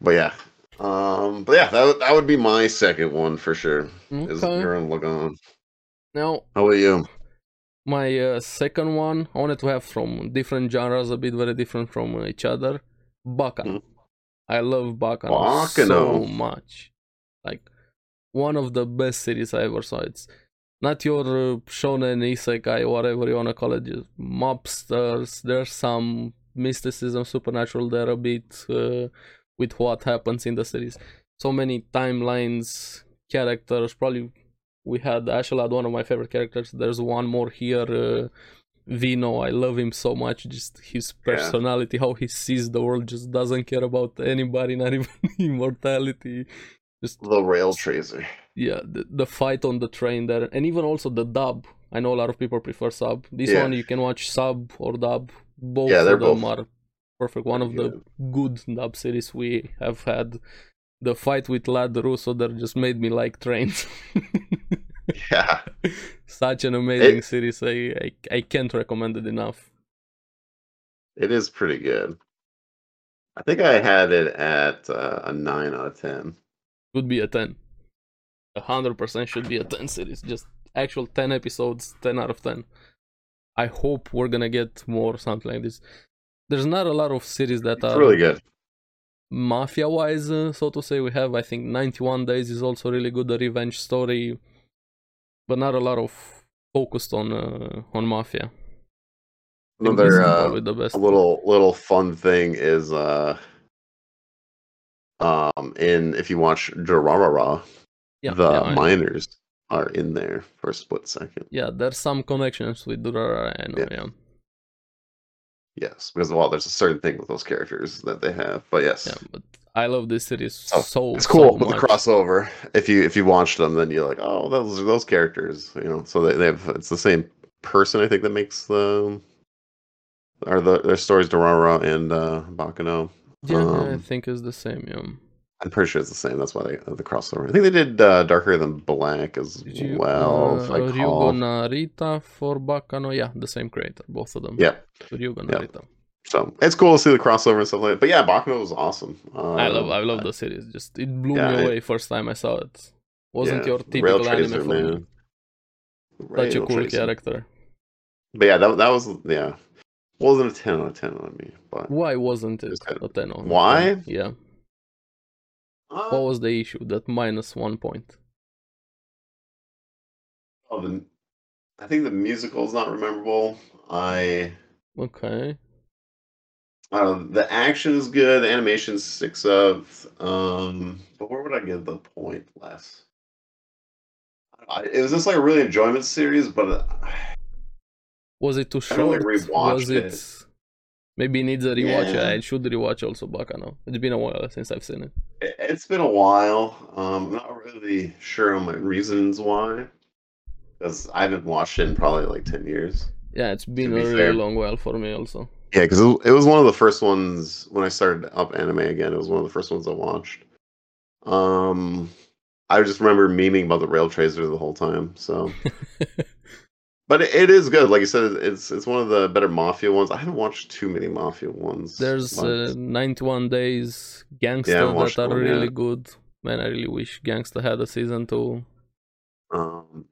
A: but yeah, um, but yeah, that would- that would be my second one for sure. Is
C: Okay.
A: Gurren Lagann.
C: Now,
A: How about you?
C: my uh, second one, I wanted to have from different genres, a bit very different from uh, each other. Bacano. I love Bacano, so
A: Bacano.
C: much. Like, one of the best series I ever saw. It's not your uh, shonen isekai, whatever you want to call it, just mobsters. There's some mysticism, supernatural there a bit uh, with what happens in the series. So many timelines, characters. Probably we had Ashelad, one of my favorite characters. There's one more here. Uh, Vino, I love him so much. Just his personality, how he sees the world, just doesn't care about anybody, not even immortality. Just
A: The rail tracer.
C: yeah the, the fight on the train there and even also the dub i know a lot of people prefer sub this
A: Yeah.
C: one you can watch sub or dub both
A: Yeah, they're
C: of them
A: both
C: are perfect one of the good dub series we have had the fight with lad russo that just made me like trains
A: Yeah.
C: such an amazing series I, I i can't recommend it enough
A: It is pretty good. I think I had it at uh, a nine out of ten.
C: would be a 10 100% should be a 10 series just actual 10 episodes 10 out of 10 i hope we're gonna get more something like this there's not a lot of series that
A: It's
C: are
A: really good.
C: mafia wise uh, so to say we have i think 91 days is also really good the revenge story but not a lot of focused on uh, on mafia I think this
A: Another
C: is
A: uh,
C: probably the best
A: a little little fun thing is uh, um, in if you watch Durarara,
C: yeah,
A: the
C: yeah, I know.
A: miners are in there for a split second.
C: yeah there's some connections with durara i know
A: Yeah.
C: yeah.
A: Yes, because well, there's a certain thing with those characters that they have. But yes,
C: yeah but i love this series
A: Oh,
C: so
A: it's cool
C: so
A: with the
C: much.
A: crossover. If you if you watch them, then you're like, oh, those are those characters. You know, so they, they have it's the same person. I think that makes the are the their stories Dorara and uh, Bakano.
C: Yeah, I
A: Um,
C: think it's the same. Yeah.
A: I'm pretty sure it's the same. That's why they uh, the crossover. I think they did uh, darker than black as
C: Did you,
A: well.
C: uh,
A: if I
C: Ryugo
A: call-
C: Narita for Bakano. Yeah, the same creator, both of them.
A: Yeah.
C: Ryugo
A: Yeah.
C: Narita.
A: So it's cool to see the crossover and stuff like that. But yeah, Bakugo was awesome.
C: I love I
A: Um,
C: love the series. Just it blew
A: yeah,
C: me
A: it-
C: away first time I saw it. Wasn't
A: yeah,
C: your
A: Rail
C: typical
A: Tracer,
C: anime for me.
A: man.
C: Such a
A: Rail
C: cool
A: Tracer.
C: character.
A: uh, But yeah, that, that was yeah, wasn't a ten out of ten on me. But
C: Why wasn't it
A: Just had-
C: a 10 on
A: Why?
C: Yeah. What
A: Uh,
C: was the issue? That minus one point.
A: oh, the- I think the musical is not memorable. I
C: Okay.
A: uh, the action is good. The animation sticks up. Um, but where would I give the point less? I, it was just like a really enjoyment series, but uh,
C: Was it too
A: I don't
C: short?
A: think rewatched
C: was it? Maybe needs a rewatch.
A: Yeah.
C: I should rewatch also Bakano. It's been a while since I've seen it.
A: it, it's been a while. Um, I'm not really sure on my reasons why, because I haven't watched it in probably like ten years.
C: Yeah, it's been
A: be
C: a really
A: fair.
C: long while for me also.
A: Yeah, because it, it was one of the first ones when I started up anime again. It was one of the first ones I watched. Um, I just remember memeing about the rail tracer the whole time. So, but it, it is good. Like you said, it's it's one of the better mafia ones. I haven't watched too many mafia ones.
C: There's
A: but-
C: uh, 91 Days Gangster
A: Yeah, I
C: that
A: watched
C: are
A: one, yeah.
C: really good. Man, I really wish Gangster had a season two.
A: um,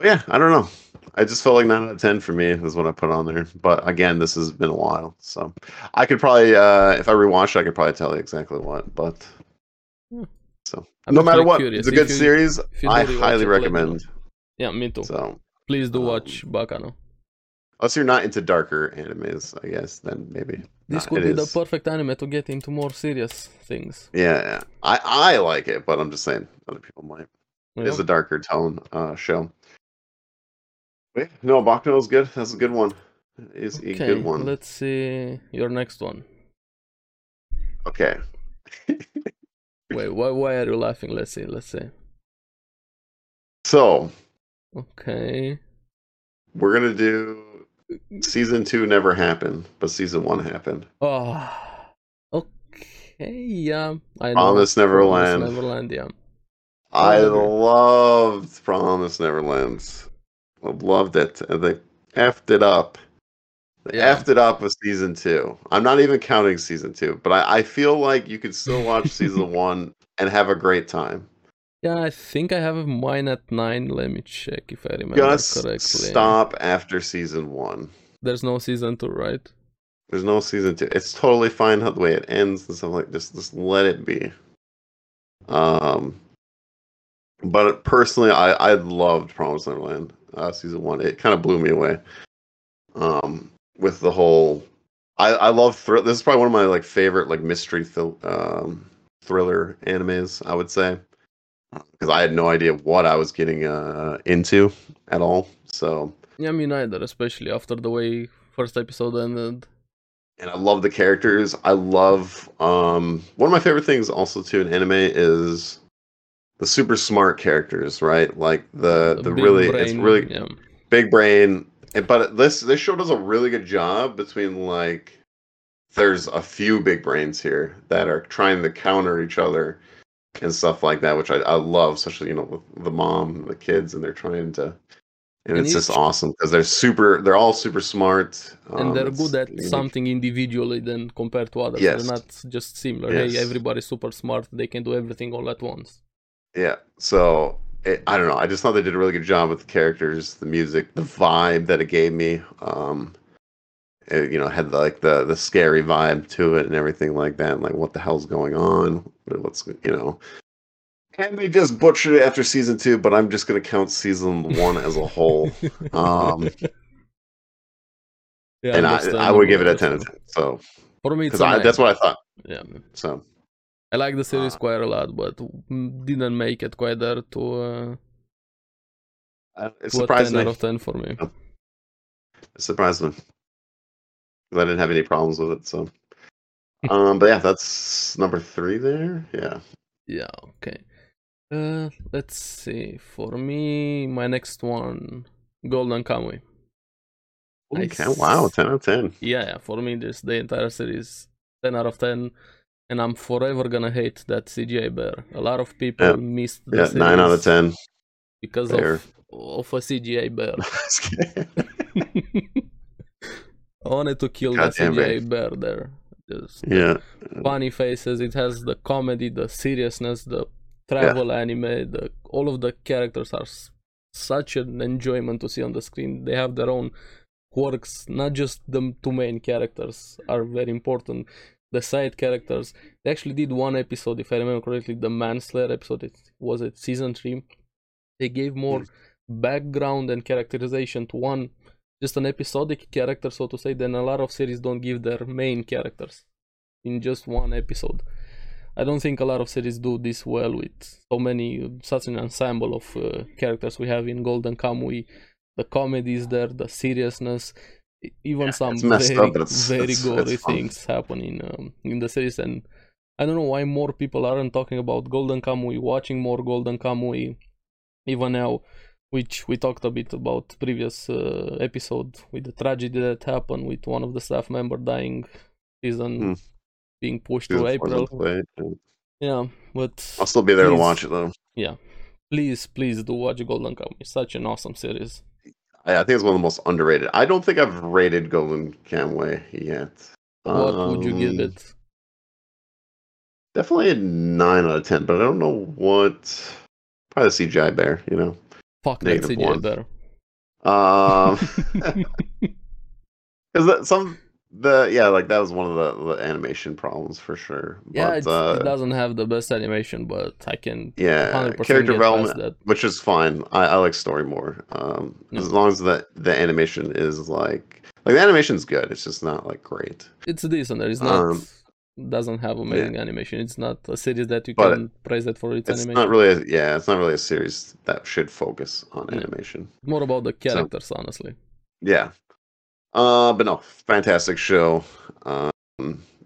A: but yeah, I don't know. I just felt like nine out of ten for me is what I put on there. But again, this has been a while, so I could probably, uh, if I rewatched, it, I could probably tell you exactly what. But
C: Hmm. I'm
A: no
C: just,
A: matter
C: like,
A: what,
C: curious.
A: it's a
C: If
A: good
C: you-
A: series.
C: if you
A: I
C: do rewatch
A: highly
C: it, let me know.
A: recommend.
C: Yeah, me too.
A: So,
C: Please do
A: um,
C: watch Bakano.
A: unless you're not into darker animes, I guess then maybe.
C: This
A: nah,
C: could
A: it
C: be the
A: is.
C: perfect anime to get into more serious things.
A: Yeah, yeah. I I like it, but I'm just saying other people might.
C: you
A: It's
C: know?
A: a darker tone uh show. Wait, no, Bakuno's good. That's a good one. It's a
C: okay,
A: good one.
C: let's see your next one.
A: Okay.
C: Wait, why why are you laughing? Let's see, let's see.
A: So
C: Okay.
A: we're gonna do season two never happened, but season one happened.
C: Oh, okay, yeah. I know.
A: Promise Neverland.
C: Promise Neverland, yeah.
A: I
C: Never.
A: loved Promise Neverland. I Loved it. And they effed it up. They
C: Yeah.
A: effed it up with season two. I'm not even counting season two, but I, I feel like you could still watch season one and have a great time.
C: Yeah, I think I have mine at nine. Let me check if I remember
A: Just
C: correctly.
A: stop after season one.
C: There's no season two, right?
A: There's no season two. It's totally fine how the way it ends and stuff like just just let it be. Um but personally I I loved Promised Neverland uh season 1. It kind of blew me away. Um with the whole I I love thrill this is probably one of my like favorite like mystery thil- um thriller animes, I would say. Cuz I had no idea what I was getting uh into at all. So
C: Yeah, me neither. Especially after the way first episode ended.
A: and I love the characters. I love um one of my favorite things also too in anime is the super smart characters, right? Like the the,
C: big
A: really it's
C: brain,
A: really
C: yeah.
A: big brain. And- But this this show does a really good job between like there's a few big brains here that are trying to counter each other and stuff like that, which I, I love, especially you know with the mom and the kids, and they're trying to. And,
C: And
A: it's just
C: each-
A: awesome because they're super. They're all super smart,
C: and
A: um,
C: they're
A: it's-
C: good at
A: it's-
C: something individually than compared to others.
A: Yes.
C: They're not just similar. Hey,
A: Yes.
C: everybody's super smart. They can do everything all at once.
A: Yeah. So it, I don't know. I just thought they did a really good job with the characters, the music, the vibe that it gave me. Um, it, you know, had like the the scary vibe to it and everything like that. And like, what the hell's going on? What's you know? And they just butchered it after season two, but I'm just gonna count season one as a whole. Um,
C: yeah,
A: and I I would give it a ten out of ten. So
C: For me, it's
A: because
C: a
A: I
C: nine.
A: that's what I thought.
C: Yeah, man.
A: So
C: I like the series
A: Uh,
C: quite a lot, but mm, didn't make it quite there to, uh,
A: uh, it
C: to a ten
A: surprised me.
C: out of ten for me.
A: It surprised me. 'Cause I didn't have any problems with it, so. Um, but yeah, that's number three there. Yeah.
C: Yeah, okay. Uh, let's see. For me, my next one, Golden Kamuy.
A: Holy
C: Nice.
A: cow, wow, ten out of ten.
C: Yeah, yeah, for me, this the entire series, ten out of ten. and I'm forever gonna hate that CGI bear. A lot of people
A: Yeah.
C: missed the
A: Yeah, nine out of ten.
C: series because
A: Fair.
C: of of a CGI bear.
A: Just kidding.
C: I wanted to kill
A: God
C: the
A: damn
C: CGI bear there. Just
A: yeah,
C: funny faces. It has the comedy, the seriousness, the travel anime. The all of the characters are s- such an enjoyment to see on the screen. They have their own quirks. Not just the two main characters are very important. The side characters. They actually did one episode, if I remember correctly, the Manslayer episode. It was it season three. They gave more background and characterization to one just an episodic character, so to say. Then a lot of series don't give their main characters in just one episode. I don't think a lot of series do this well with so many such an ensemble of uh, characters we have in Golden Kamuy. The comedy is there, the seriousness, e- even some
A: it's messed
C: very,
A: up, but it's-
C: very
A: it's-
C: gory
A: it's fun.
C: things happen in um, in the series, and I don't know why more people aren't talking about Golden Kamuy, watching more Golden Kamuy, even now, which we talked a bit about previous uh, episode with the tragedy that happened with one of the staff member dying, season
A: Hmm.
C: being pushed
A: Season
C: to
A: four's on
C: April.
A: the way. Yeah.
C: Yeah, but
A: I'll still be there to
C: Please.
A: watch it though.
C: please, please do watch Golden Kamuy. It's such an awesome series.
A: I, I think it's one of the most underrated. I don't think I've rated Golden Camway yet.
C: What would you give
A: Um,
C: it?
A: Definitely a nine out of ten, but I don't know what. Probably the CGI bear, you know.
C: Fuck that
A: negative
C: CGI
A: one.
C: bear.
A: Um, because that some the yeah, like that was one of the, the animation problems for sure.
C: yeah,
A: but,
C: it's,
A: uh,
C: it doesn't have the best animation, but I can
A: yeah,
C: 100%
A: character
C: get past
A: development,
C: that.
A: which is fine. I, I like story more. Um,
C: Yeah.
A: as long as the the animation is like like the animation's good. It's just not like great.
C: It's decent. It's not.
A: Um,
C: doesn't have amazing animation. It's not a series that you
A: But
C: can praise it for its,
A: It's
C: animation.
A: not really a, yeah, it's not really a series that should focus on
C: Yeah.
A: animation.
C: More about the characters, honestly.
A: Yeah. Uh, but no, fantastic show. Um,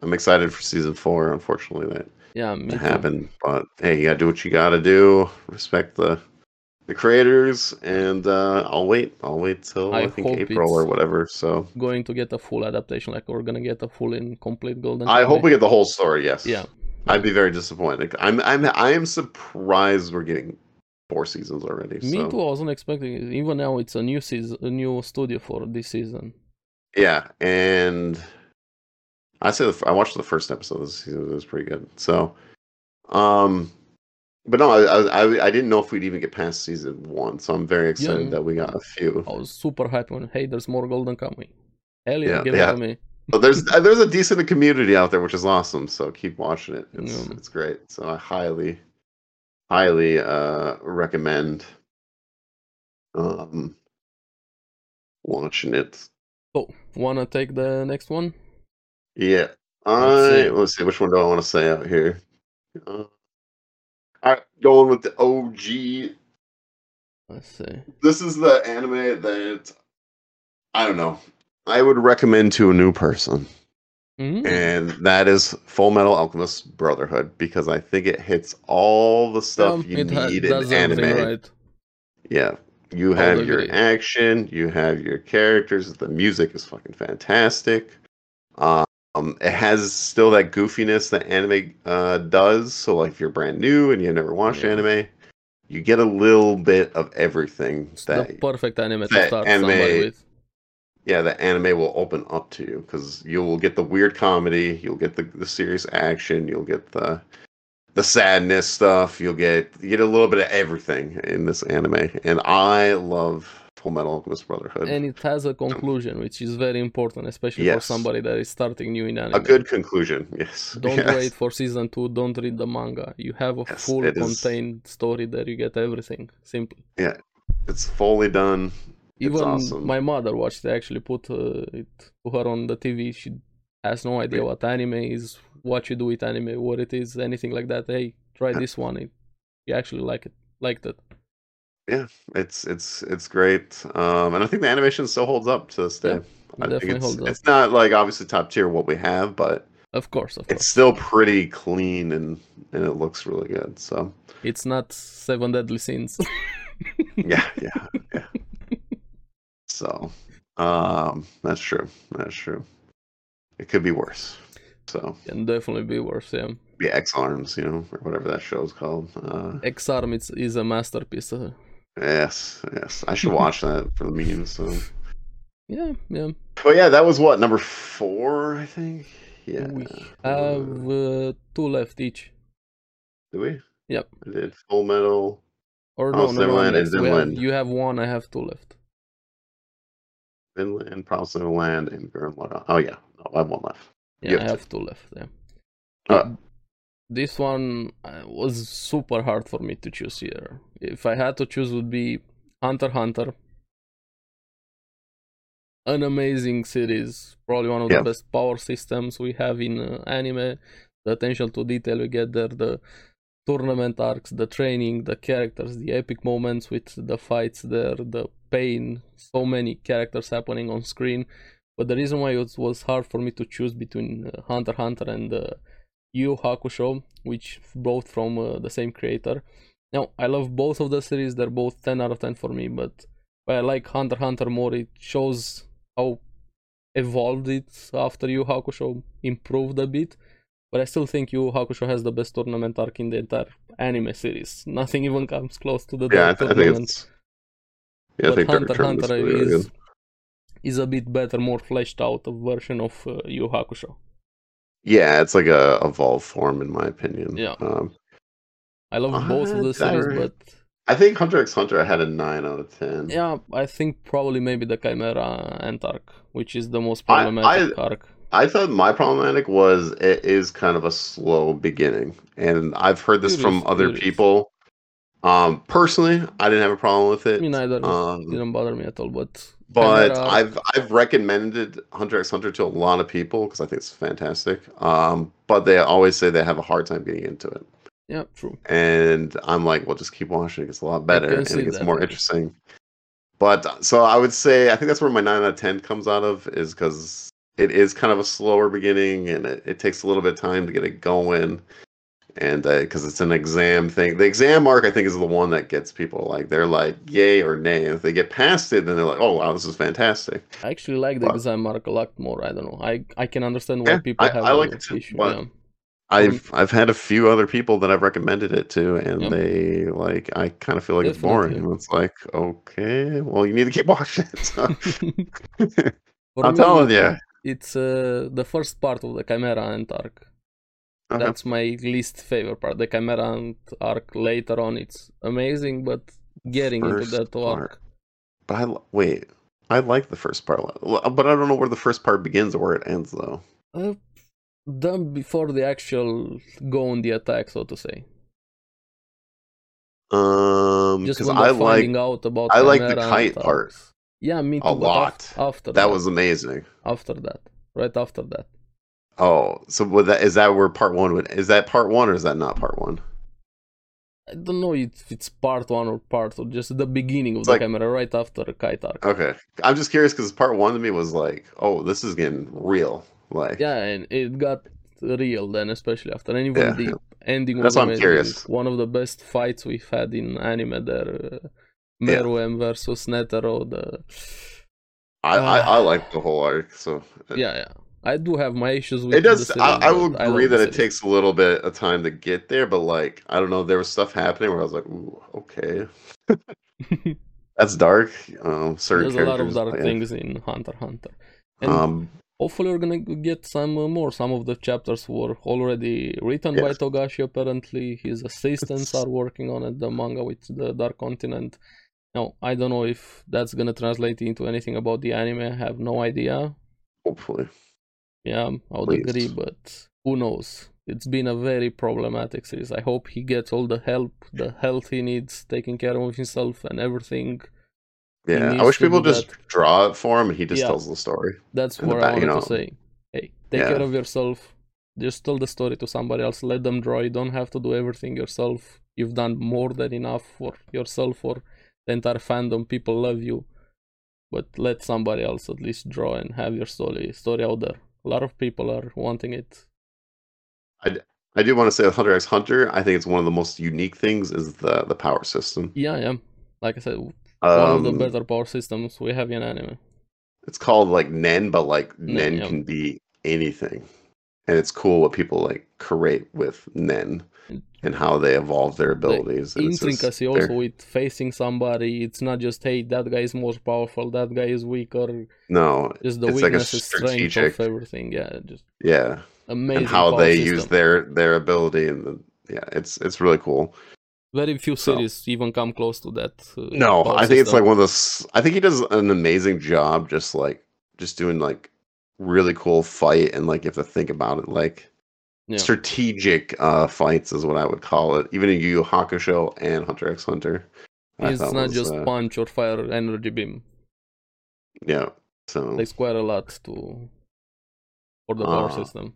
A: I'm excited for season four. Unfortunately, that
C: Yeah, me
A: to
C: too.
A: happen. But hey, you gotta do what you gotta do. Respect the the creators, and uh, I'll wait. I'll wait till I,
C: I
A: think
C: hope
A: April or
C: it's-
A: whatever. So
C: Going to get a full adaptation, like we're gonna get a full and complete Golden.
A: I hope
C: Kamuy.
A: we get the whole story. Yes.
C: Yeah,
A: I'd be very disappointed. I'm I'm I am surprised we're getting four seasons already.
C: me
A: so.
C: too. I wasn't expecting. It. Even now, it's a new season, a new studio for this season.
A: Yeah, and I say the, f- I watched the first episode of this season. It was pretty good. So, um, but no, I, I I- I didn't know if we'd even get past season one. So I'm very excited
C: Yeah.
A: that we got a few.
C: I was super hyped when hey, there's more Golden Kamuy. Hell yeah,
A: Yeah,
C: give
A: yeah.
C: it to me.
A: But there's uh, there's a decent community out there, which is awesome. So keep watching it. It's
C: Yeah.
A: it's great. So I highly highly uh recommend um watching it.
C: So, wanna take the next one?
A: Yeah. I
C: Let's see.
A: let's see which one do I want to say out here. Uh, all right, going with the OG.
C: Let's see.
A: This is the anime that I don't know. I would recommend to a new person,
C: Mm,
A: and that is Full Metal Alchemist Brotherhood because I think it hits all the stuff
C: um,
A: you
C: it ha-
A: need
C: does
A: in
C: everything
A: anime.
C: right.
A: Yeah. You have your
C: agree.
A: action, you have your characters, the music is fucking fantastic. Um, it has still that goofiness that anime uh, does. So, like, if you're brand new and you've never watched
C: Yeah.
A: anime, you get a little bit of everything
C: It's the
A: that,
C: perfect anime to
A: that
C: start
A: anime-
C: somebody with.
A: yeah, that anime will open up to you because you will get the weird comedy, you'll get the, the serious action, you'll get the the sadness stuff, you'll get you get a little bit of everything in this anime, and I love Full Metal Alchemist Brotherhood.
C: and it has a conclusion, which is very important, especially
A: Yes.
C: for somebody that is starting new in anime.
A: a good conclusion, yes.
C: Don't
A: yes.
C: wait for season two. Don't read the manga. You have a
A: Yes,
C: full
A: it is-
C: contained story there. You get everything. Simple.
A: It's fully done.
C: Even
A: awesome.
C: my mother watched. I actually put uh, it to her on the TV. She has no idea
A: Yeah.
C: what anime is, what you do with anime, what it is, anything like that. Hey, try
A: Yeah.
C: this one. It, you actually like it. Liked it.
A: it's it's it's great um and i think the animation still holds up to this day
C: Yeah,
A: i think
C: definitely
A: it's
C: holds up.
A: it's not like obviously top tier what we have but
C: Of course, of
A: it's
C: course.
A: still pretty clean and and it looks really good so
C: It's not Seven Deadly Sins.
A: yeah yeah yeah so um that's true that's true it could be worse So
C: Can definitely be worse. Yeah,
A: be X Arms, you know, or whatever that show's called. Uh,
C: X Arm is, is a masterpiece. Uh,
A: yes, yes, I should watch that for the memes. So,
C: yeah, yeah.
A: but yeah, that was what number four, I think. Yeah,
C: We
A: uh,
C: have uh, two left each.
A: did we?
C: Yep.
A: I did Full Metal.
C: Or
A: Oh,
C: no, no, no,
A: Neverland
C: next
A: is
C: we have-
A: Neverland.
C: you have one. I have two left.
A: Finland, Promise of the Land, and Gurren Lagann. Oh yeah, no, I have one left.
C: Yeah,
A: You have
C: I
A: two.
C: have two left. Yeah.
A: Uh.
C: This one uh, was super hard for me to choose here. If I had to choose, would be Hunter x Hunter. An amazing series, probably one of
A: Yeah.
C: the best power systems we have in uh, anime. The attention to detail we get there, the tournament arcs, the training, the characters, the epic moments with the fights there, the pain, so many characters happening on screen. But the reason why it was hard for me to choose between uh, Hunter x Hunter and uh, Yu Hakusho, which both from uh, the same creator. Now, I love both of the series, they're both 10 out of 10 for me, but but I like Hunter x Hunter more. It shows how evolved it after Yu Hakusho improved a bit. But I still think Yu Hakusho has the best tournament arc in the entire anime series. Nothing even comes close to the
A: Yeah, I,
C: Dark
A: th- I think
C: tournament
A: it's. Yeah, I
C: but
A: think
C: Hunter
A: Dark
C: x
A: Tournament
C: Hunter
A: is really
C: is
A: good.
C: is a bit better, more fleshed out version of uh, Yu Hakusho.
A: Yeah, it's like a evolved form, in my opinion.
C: Yeah.
A: Um,
C: I love
A: Ah,
C: both of the
A: What?
C: series,
A: Alright.
C: but
A: I think Hunter x Hunter I had a nine out of ten.
C: yeah, I think probably maybe the Chimera Ant arc, which is the most
A: I- I-
C: problematic arc.
A: I thought my problematic was it is kind of a slow beginning, and I've heard this
C: It
A: from
C: is,
A: other
C: it is.
A: people. Um, personally, I didn't have a problem with it.
C: Me neither.
A: Um,
C: Didn't bother me at all, but
A: but
C: Chimera-
A: I've I've recommended Hunter x Hunter to a lot of people because I think it's fantastic. Um, but they always say they have a hard time getting into it,
C: yeah, true.
A: and I'm like, well, just keep watching. It gets a lot better
C: can
A: and
C: see
A: it gets
C: that,
A: more
C: yeah.
A: interesting. But uh, so I would say I think that's where my nine out of ten comes out of is because it is kind of a slower beginning and it, it takes a little bit of time to get it going. And because it's an exam thing, the exam mark I think is the one that gets people like they're like yay or nay. And if they get past it, then they're like, oh wow, this is fantastic.
C: I actually like the
A: But-
C: exam arc a lot more. I don't know. I I can understand why
A: Yeah,
C: people
A: I-
C: have
A: I
C: an
A: like it too,
C: issue.
A: but-
C: yeah.
A: I've
C: Mm-hmm.
A: I've had a few other people that I've recommended it to, and
C: Yep.
A: they like I kind of feel like it's boring.
C: Definitely.
A: And it's like okay, well you need to keep watching. it. So,
C: For
A: I'm
C: me,
A: telling you.
C: it's uh, the first part of the Chimera Ant arc.
A: Okay.
C: That's my least favorite part. The Chimera Ant arc later on, it's amazing, but getting
A: First
C: into that arc,
A: But I li- wait. I like the first part, a lot, but I don't know where the first part begins or where it ends, though.
C: uh, done before the actual go on the attack, so to say.
A: Um,
C: Just
A: because
C: when
A: I
C: they're
A: like
C: finding out about
A: I like the
C: Chimera
A: kite
C: Ant arcs.
A: part.
C: Yeah, me too.
A: A
C: but af-
A: lot.
C: after
A: that
C: that
A: was amazing.
C: after that, right after that.
A: Oh, so would that is that where part one would is that part one or is that not part one?
C: I don't know if it's part one or part or just the beginning of
A: It's
C: the
A: like-
C: Chimera, right after kite arc.
A: Okay, I'm just curious because part one to me was like, oh, this is getting real. Like,
C: yeah and it got real then especially after and even
A: Yeah.
C: the ending
A: That's
C: was
A: why I'm
C: amazing.
A: curious.
C: one of the best fights we've had in anime there uh, Meruem versus Netero the
A: I, I
C: Ah.
A: I like the whole arc. So uh,
C: yeah yeah I do have my issues with
A: it does.
C: the
A: I,
C: series,
A: I
C: but
A: will
C: love
A: agree
C: the
A: that it
C: series.
A: takes a little bit of time to get there, but like, I don't know, there was stuff happening where I was like, ooh, okay, that's dark. Um, certain
C: there's a lot of
A: characters,
C: dark
A: yeah.
C: things in Hunter x Hunter and
A: Um,
C: hopefully we're gonna get some uh, more some of the chapters were already written by
A: Yes.
C: togashi apparently his assistants are working on it the manga with the dark continent now i don't know if that's gonna translate into anything about the anime i have no idea
A: hopefully,
C: yeah i would
A: Please.
C: agree but who knows it's been a very problematic series i hope he gets all the help the health he needs taking care of himself and everything He
A: yeah. I
C: needs
A: wish
C: to
A: people
C: do
A: just draw it for him, and he just
C: Yeah.
A: tells the story.
C: That's
A: in the
C: what I
A: back,
C: wanted
A: you know.
C: to say. Hey, take
A: Yeah.
C: care of yourself. Just tell the story to somebody else. Let them draw. You don't have to do everything yourself. You've done more than enough for yourself, for the entire fandom. People love you. But let somebody else at least draw and have your story story out there. A lot of people are wanting it.
A: I do want to say with Hunter X Hunter, I think it's one of the most unique things is the the power system.
C: Yeah, yeah. Like I said, one of the
A: Um,
C: better power systems we have in anime.
A: it's called like Nen, but like Nen
C: yeah.
A: can be anything. and it's cool what people like create with Nen and how they evolve their abilities. and it's just-
C: Intricacy
A: they're-
C: also with facing somebody. It's not just hey, that guy is more powerful, that guy is weaker.
A: no,
C: Just the
A: It's like a
C: weakness, is strength
A: strategic-
C: of everything. Yeah, just
A: yeah,
C: amazing.
A: and how
C: power
A: they
C: system.
A: use their their ability and the, yeah, it's it's really cool.
C: Very few
A: so-
C: series even come close to that. uh,
A: No,
C: power
A: I think it's
C: system.
A: like one of those. I think he does an amazing job, just like just doing like really cool fight and like you have to think about it, like
C: Yeah.
A: strategic uh fights is what I would call it. Even in Yu Yu Hakusho and Hunter X Hunter, I
C: It's
A: thought
C: not
A: was,
C: just
A: uh,
C: punch or fire energy beam.
A: yeah. So
C: They square a lot to for the power
A: Hmm. Ah.
C: system.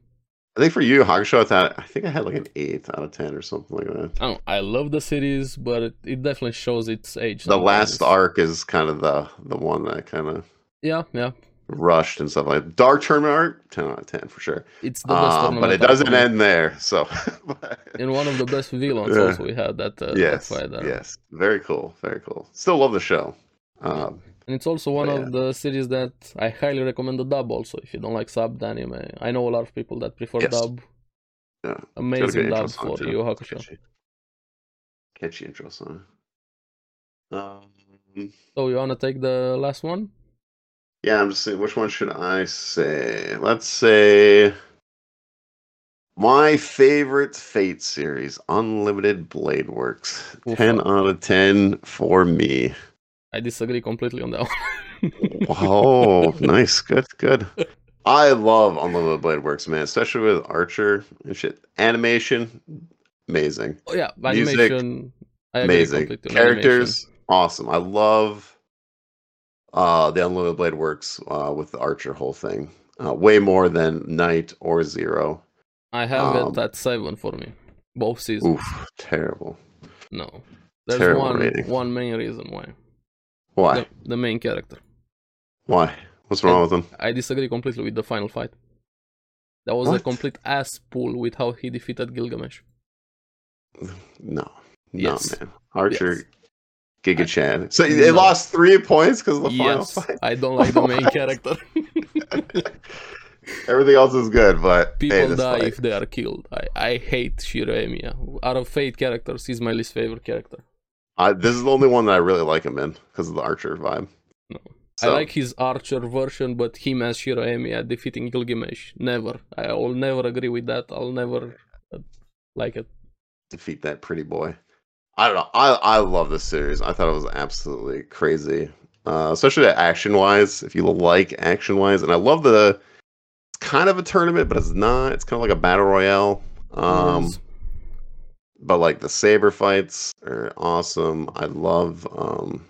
A: I think for Yu Yu Hakusho, I thought I think I had like an eight out of ten or something like that.
C: I don't. I love the series, but it, it definitely shows its age.
A: The last
C: sometimes.
A: arc is kind of the the one that kind of
C: Yeah, yeah.
A: rushed and stuff like that. Dark tournament art, ten out of ten for sure.
C: It's the best
A: Um,
C: tournament.
A: but it
C: I've
A: doesn't
C: ever-
A: end there. So but-
C: And one of the best villains
A: Yeah.
C: also we had that uh,
A: yes,
C: fight there.
A: yes, very cool, very cool. Still love the show. Um,
C: And it's also one
A: But yeah.
C: of the series that I highly recommend the dub also if you don't like subbed anime. I know a lot of people that prefer
A: Yes.
C: dub.
A: Yeah, it's it's got a good
C: Amazing
A: intro
C: dub
A: song,
C: for
A: too.
C: Yu
A: It's
C: Hakusho.
A: catchy. Catchy intro song. Um,
C: So you wanna take the last one?
A: Yeah, I'm just saying, which one should I say? Let's say my favorite Fate series, Unlimited Blade Works.
C: Oof.
A: 10 out of 10 for me.
C: I disagree completely on that one.
A: Oh, nice. Good, good. I love Unlimited Blade Works, man, especially with Archer and shit. Animation, amazing.
C: Oh, yeah,
A: Music,
C: animation. I agree
A: amazing.
C: completely on animation.
A: Characters, awesome. I love uh the Unlimited Blade works uh with the Archer whole thing. Uh, way more than Knight or Zero.
C: I have
A: um,
C: it at seven for me. Both seasons.
A: Oof, terrible.
C: No. There's
A: Terrible
C: one
A: rating.
C: one main reason why.
A: Why?
C: The, the main character.
A: Why? What's wrong with them?
C: I disagree completely with the final fight. That was a
A: What?
C: complete ass pull with how he defeated Gilgamesh.
A: No,
C: Yes.
A: no, man. Archer,
C: Yes.
A: Giga Chad. So they
C: No.
A: lost three points because of the final
C: Yes,
A: fight.
C: I don't like the main
A: What?
C: character.
A: Everything else is good, but
C: People
A: hey, this
C: die
A: fight.
C: if they are killed. I, I hate Shiro Emiya. Out of Fate characters, he's my least favorite character.
A: I, this is the only one that I really like him in because of the Archer vibe.
C: No.
A: So,
C: I like his Archer version, but him as Shiro Emiya defeating Gilgamesh, never. I will never agree with that. I'll never uh, like it.
A: defeat that pretty boy. I don't know. I I love this series. I thought it was absolutely crazy, uh, especially action wise. If you like action wise, and I love the it's kind of a tournament, but it's not. It's kind of like a battle royale. Um, but like the saber fights are awesome. I love. Um,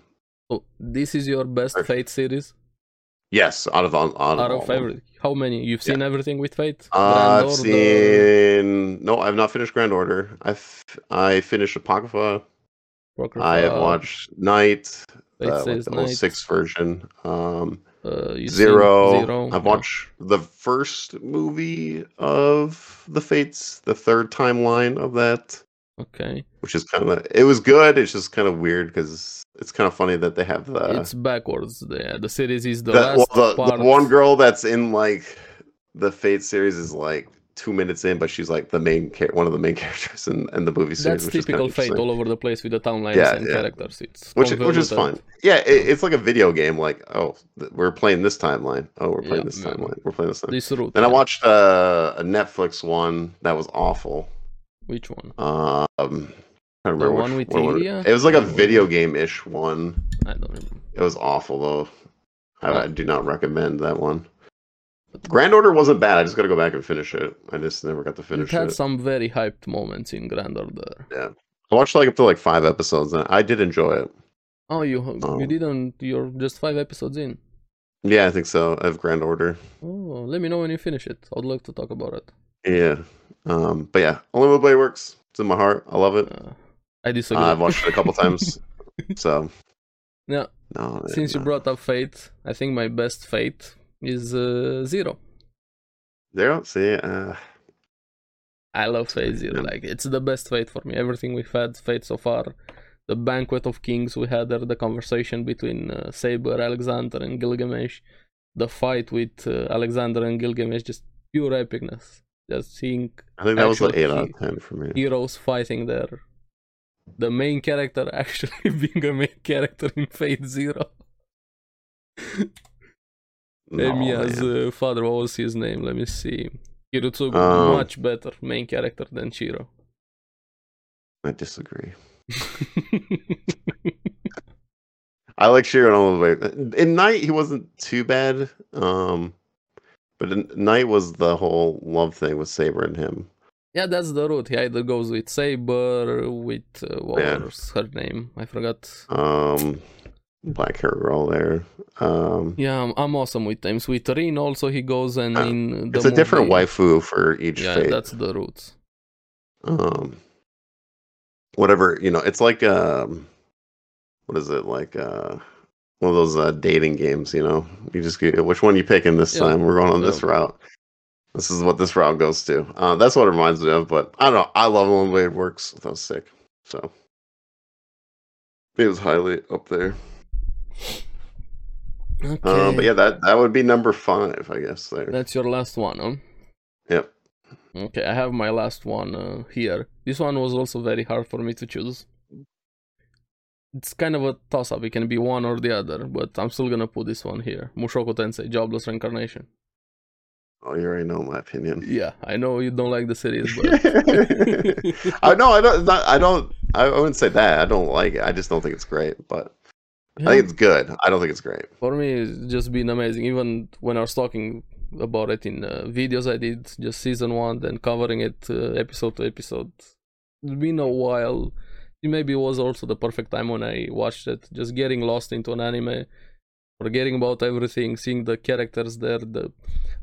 C: so Oh, this is your best
A: Perfect.
C: Fate series
A: yes, out of out of, all
C: out of
A: of them.
C: every. How many? You've
A: Yeah.
C: seen everything with Fate?
A: Uh, I've
C: Grand Order,
A: seen. No, I've not finished Grand Order. I f- I finished Apocrypha.
C: Proctor,
A: I have
C: uh,
A: watched Knight,
C: Fate
A: uh, like
C: Stays
A: the
C: Night,
A: 06 version. Um,
C: uh, you've seen
A: Zero.
C: Zero,
A: I've
C: yeah.
A: watched the first movie of the Fates, the third timeline of that,
C: Okay.
A: which is kind of it was good. It's just kind of weird because it's kind of funny that they have the
C: it's backwards. The, the series is the
A: Uh, the,
C: last
A: well, the,
C: part.
A: the one girl that's in like the Fate series is like two minutes in, but she's like the main char- one of the main characters in, in the movie series.
C: That's
A: which is kinda
C: typical Fate
A: interesting.
C: all over the place with the timelines
A: Yeah,
C: and
A: yeah.
C: characters. It's
A: which which is fun.
C: convoluted.
A: Yeah, it, it's like a video game. Like, oh, th- we're playing this timeline. Oh, we're playing
C: Yeah,
A: this
C: yeah.
A: timeline. We're playing this timeline.
C: This route.
A: Then I
C: yeah.
A: watched uh, a Netflix one that was awful.
C: Which one?
A: Um, I don't remember
C: The
A: which
C: one with
A: it-
C: Ilya?
A: It was like a
C: Or-
A: video game ish one.
C: I don't remember.
A: It was awful though. I,
C: Oh.
A: I do not recommend that one. Grand Order wasn't bad. I just got to go back and finish it. I just never got to
C: It
A: finish
C: had
A: it.
C: some very hyped moments in Grand Order.
A: I watched like up to like five episodes, and I did enjoy it.
C: Oh, you
A: Oh.
C: you didn't. You're just five episodes in.
A: Yeah, I think so. Of Grand Order.
C: Oh, let me know when you finish it. I'd like to talk about it.
A: Yeah. Um, but yeah, Unlimited Blade works. It's in my heart. I love it.
C: Uh, I disagree.
A: Uh, I've watched it a couple times. So
C: Yeah.
A: no. man,
C: Since you
A: no.
C: brought up Fate, I think my best Fate is uh, Zero.
A: there, don't see. Uh,
C: I love Fate Zero.
A: Yeah.
C: Like it's the best Fate for me. Everything we've had Fate so far, the banquet of kings we had there, the conversation between uh, Saber, Alexander, and Gilgamesh, the fight with uh, Alexander and Gilgamesh, just pure epicness. Just seeing
A: I think that was like
C: Actual
A: eight out
C: he-
A: of ten for me.
C: heroes fighting there. The main character actually being a main character in Fate Zero.
A: No,
C: Emiya's
A: man.
C: uh, father, what was his name? Let me see. Hirutsugu,
A: Um,
C: much better main character than Shiro.
A: I disagree. I like Shiro all the way. In Night, he wasn't too bad. Um, but in Night was the whole love thing with Saber and him.
C: yeah, that's the route. He either goes with Saber, with uh, what
A: Yeah.
C: was her name? I forgot.
A: Um, black hair girl there. Um,
C: Hmm. Yeah, I'm, I'm awesome with times. With Rin also he goes and
A: Uh,
C: in the
A: it's a different
C: movie-
A: waifu for each
C: Yeah,
A: fate.
C: that's the route.
A: um whatever you know it's like um what is it like uh one of those uh, dating games you know you just get which one you picking this
C: Yeah.
A: time we're going on this
C: Yeah.
A: route this is what this route goes to uh that's what it reminds me of but i don't know i love it the way it works that was sick so it was highly up there
C: Okay.
A: um but yeah that that would be number five i guess there
C: That's your last one, huh?
A: Yep.
C: Okay, I have my last one uh, here. This one was also very hard for me to choose. It's kind of a toss up. It can be one or the other, but I'm still gonna put this one here. Mushoku Tensei, Jobless Reincarnation.
A: oh you already know my opinion
C: Yeah, I know you don't like the series, but.
A: I no, I don't. Not, I don't. I wouldn't say that. I don't like it. I just don't think it's great. But I
C: Hmm.
A: think it's good. I don't think it's great.
C: for me it's just been amazing even when i was talking about it in uh, videos i did just season one then covering it uh, episode to episode it's been a while it maybe was also the perfect time when i watched it just getting lost into an anime forgetting about everything seeing the characters there the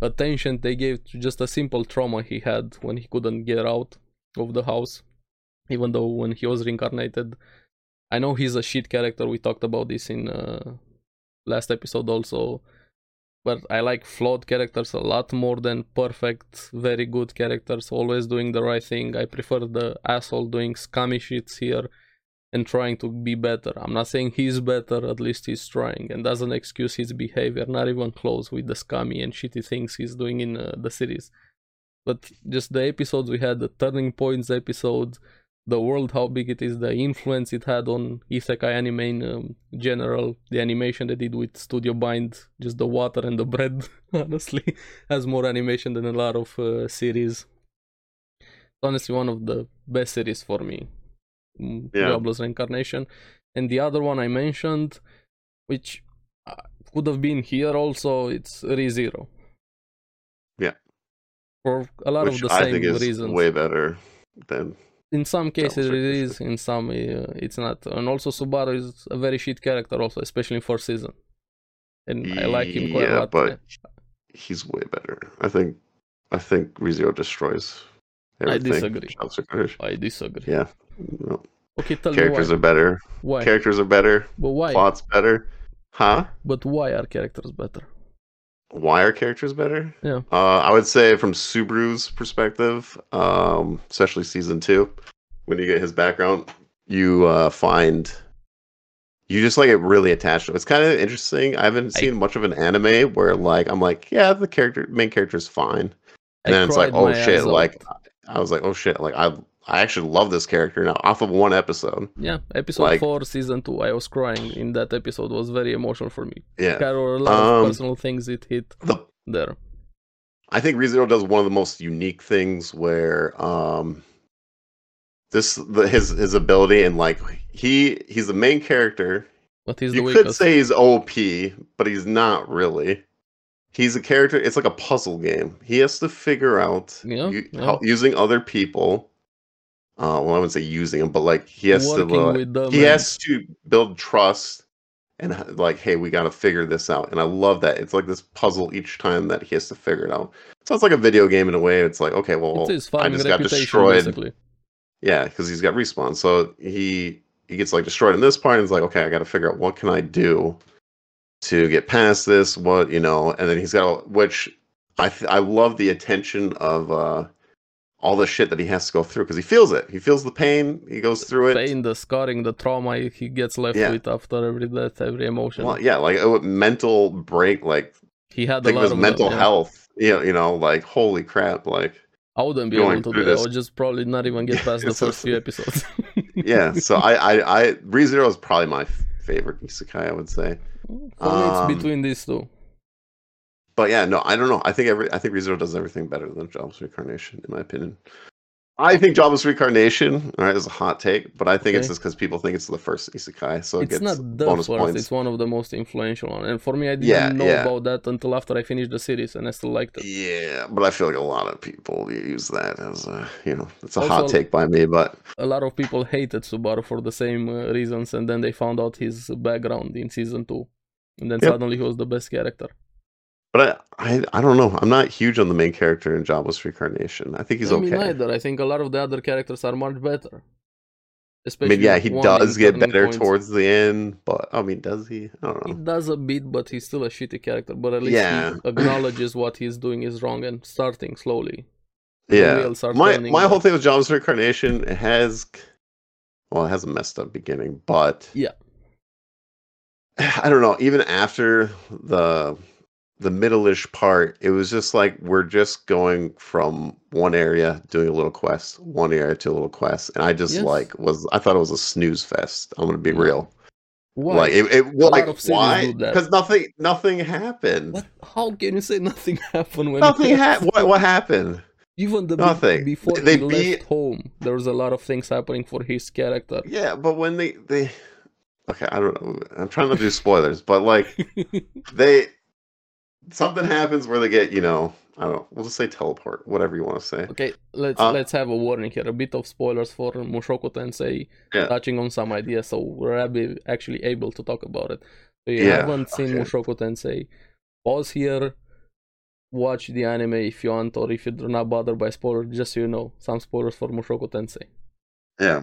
C: attention they gave to just a simple trauma he had when he couldn't get out of the house even though when he was reincarnated i know he's a shit character we talked about this in uh, last episode also but i like flawed characters a lot more than perfect very good characters always doing the right thing i prefer the asshole doing scummy shits here and trying to be better i'm not saying he's better at least he's trying and doesn't excuse his behavior not even close with the scummy and shitty things he's doing in uh, the series but just the episodes we had the turning points episode the world how big it is the influence it had on isekai anime in um, general the animation they did with studio bind just the water and the bread honestly has more animation than a lot of uh, series honestly one of the best series for me Mm,
A: Yeah.
C: Diablo's Reincarnation and the other one I mentioned which uh, could have been here also it's ReZero
A: Yeah.
C: for a lot
A: Which
C: of the
A: I
C: same
A: think is
C: reasons
A: way better than
C: in some cases it
A: Double Strike
C: is, in some uh, it's not. And also Subaru is a very shit character, also especially in first season. And I like him quite a
A: Yeah,
C: lot.
A: but he's way better. I think. I think Rezero destroys.
C: I
A: Everything.
C: disagree.
A: Shouts are good.
C: I disagree.
A: Yeah. No.
C: Okay, tell
A: Characters
C: me
A: are better.
C: why. Why?
A: Characters are better.
C: but why?
A: Plots better. Huh?
C: But why are characters better?
A: why are characters better?
C: Yeah.
A: Uh, I would say from Subaru's perspective, um, especially season two, when you get his background, you uh, find you just like get really attached to him. It's kind of interesting. I haven't
C: I-
A: seen much of an anime where like I'm like, yeah, the character main character is fine,
C: I
A: and then it's like,
C: cried
A: oh
C: my
A: shit,
C: eyes out.
A: like I was like, oh shit, like I I actually love this character now off of one episode.
C: yeah, episode
A: like-
C: four, season two. I was crying in that episode. Was very emotional for me.
A: Yeah,
C: There were a lot of
A: Um,
C: personal things it hit
A: the
C: there.
A: I think ReZero does one of the most unique things where um this the, his his ability and like he he's the main character.
C: But he's the
A: you could
C: weakest.
A: say he's OP, but he's not really. He's a character. It's like a puzzle game. He has to figure out
C: Yeah,
A: u-
C: yeah.
A: how- using other people. Uh, well, I wouldn't say using them, but like he has
C: Working
A: to like,
C: with them.
A: he
C: and-
A: has to build trust and h- like hey we got to figure this out and i love that it's like this puzzle each time that he has to figure it out so it's like a video game in a way it's like okay well
C: It's his
A: i
C: farming
A: just got
C: reputation,
A: destroyed
C: basically.
A: yeah because he's got respawn so he he gets like destroyed in this part and it's like okay i got to figure out what can i do to get past this what you know and then he's got which i th- i love the attention of uh all the shit that he has to go through because he feels it he feels the pain he goes through it
C: pain, the scarring, the trauma he gets left
A: Yeah.
C: with after every death, every emotion.
A: Well, yeah, like a mental break, like
C: he had a
A: think
C: lot
A: of his
C: of
A: mental
C: them, yeah.
A: health. You know, you know, like holy crap, like
C: I wouldn't be
A: Going
C: able to
A: through
C: do that. I
A: this.
C: would just probably not even get
A: Yeah,
C: past the
A: it's so
C: first few
A: sad.
C: episodes.
A: yeah, so I, I, I ReZero is probably my f- favorite isekai, I would say.
C: For me,
A: Um,
C: it's between these two.
A: But yeah, no, I don't know. I think every, I think ReZero does everything better than Jobless Reincarnation, in my opinion. I think Jobless Reincarnation, all right, is a hot take, but I think it's
C: Okay.
A: just because people think it's the first isekai, so it
C: It's
A: gets
C: not the
A: bonus
C: first.
A: points.
C: It's one of the most influential one. And for me, I didn't
A: Yeah,
C: know
A: yeah.
C: about that until after I finished the series, and I still liked it.
A: Yeah, but I feel like a lot of people use that as a, you know, it's a hot
C: Also-
A: take by me, but
C: A lot of people hated Subaru for the same uh, reasons, and then they found out his background in season two, and then
A: Yep.
C: suddenly he was the best character.
A: but I, I I don't know. I'm not huge on the main character in Jobless Reincarnation. I think he's
C: I
A: okay.
C: mean, neither. I think a lot of the other characters are much better.
A: I
C: Especially
A: mean, yeah, he
C: one
A: does
C: in
A: get
C: turning
A: better
C: points.
A: towards the end, but I mean, does he? I don't
C: He
A: know.
C: does a bit, but he's still a shitty character. But at least
A: Yeah.
C: he acknowledges what he's doing is wrong and starting slowly. The
A: Yeah,
C: wheels are
A: my
C: turning
A: my
C: now.
A: whole thing with Jobless Reincarnation it has, well, it has a messed up beginning, but
C: Yeah.
A: I don't know. Even after the the middle-ish part, it was just like we're just going from one area doing a little quest, one area to a little quest, and I just
C: Yes.
A: like was I thought it was a snooze fest. I'm gonna be
C: No.
A: real.
C: Why?
A: Like it, it
C: lot
A: like
C: of series
A: why?
C: do that.
A: Because nothing nothing happened.
C: What? How can you say nothing happened when
A: Nothing happened. What, what happened?
C: Even the
A: Nothing.
C: before
A: They
C: he
A: beat-
C: left home, there was a lot of things happening for his character.
A: Yeah, but when they they okay, I don't know. I'm trying not to do spoilers, but like they something happens where they get you know I don't. We'll just say teleport, whatever you want to say.
C: okay, let's
A: Uh,
C: let's have a warning here. A bit of spoilers for Mushoku Tensei,
A: Yeah.
C: touching on some ideas, so we're ab- actually able to talk about it. If you
A: Yeah,
C: haven't seen
A: okay.
C: Mushoku Tensei, pause here, watch the anime if you want, or if you're not bothered by spoilers, just so you know, some spoilers for Mushoku Tensei.
A: Yeah.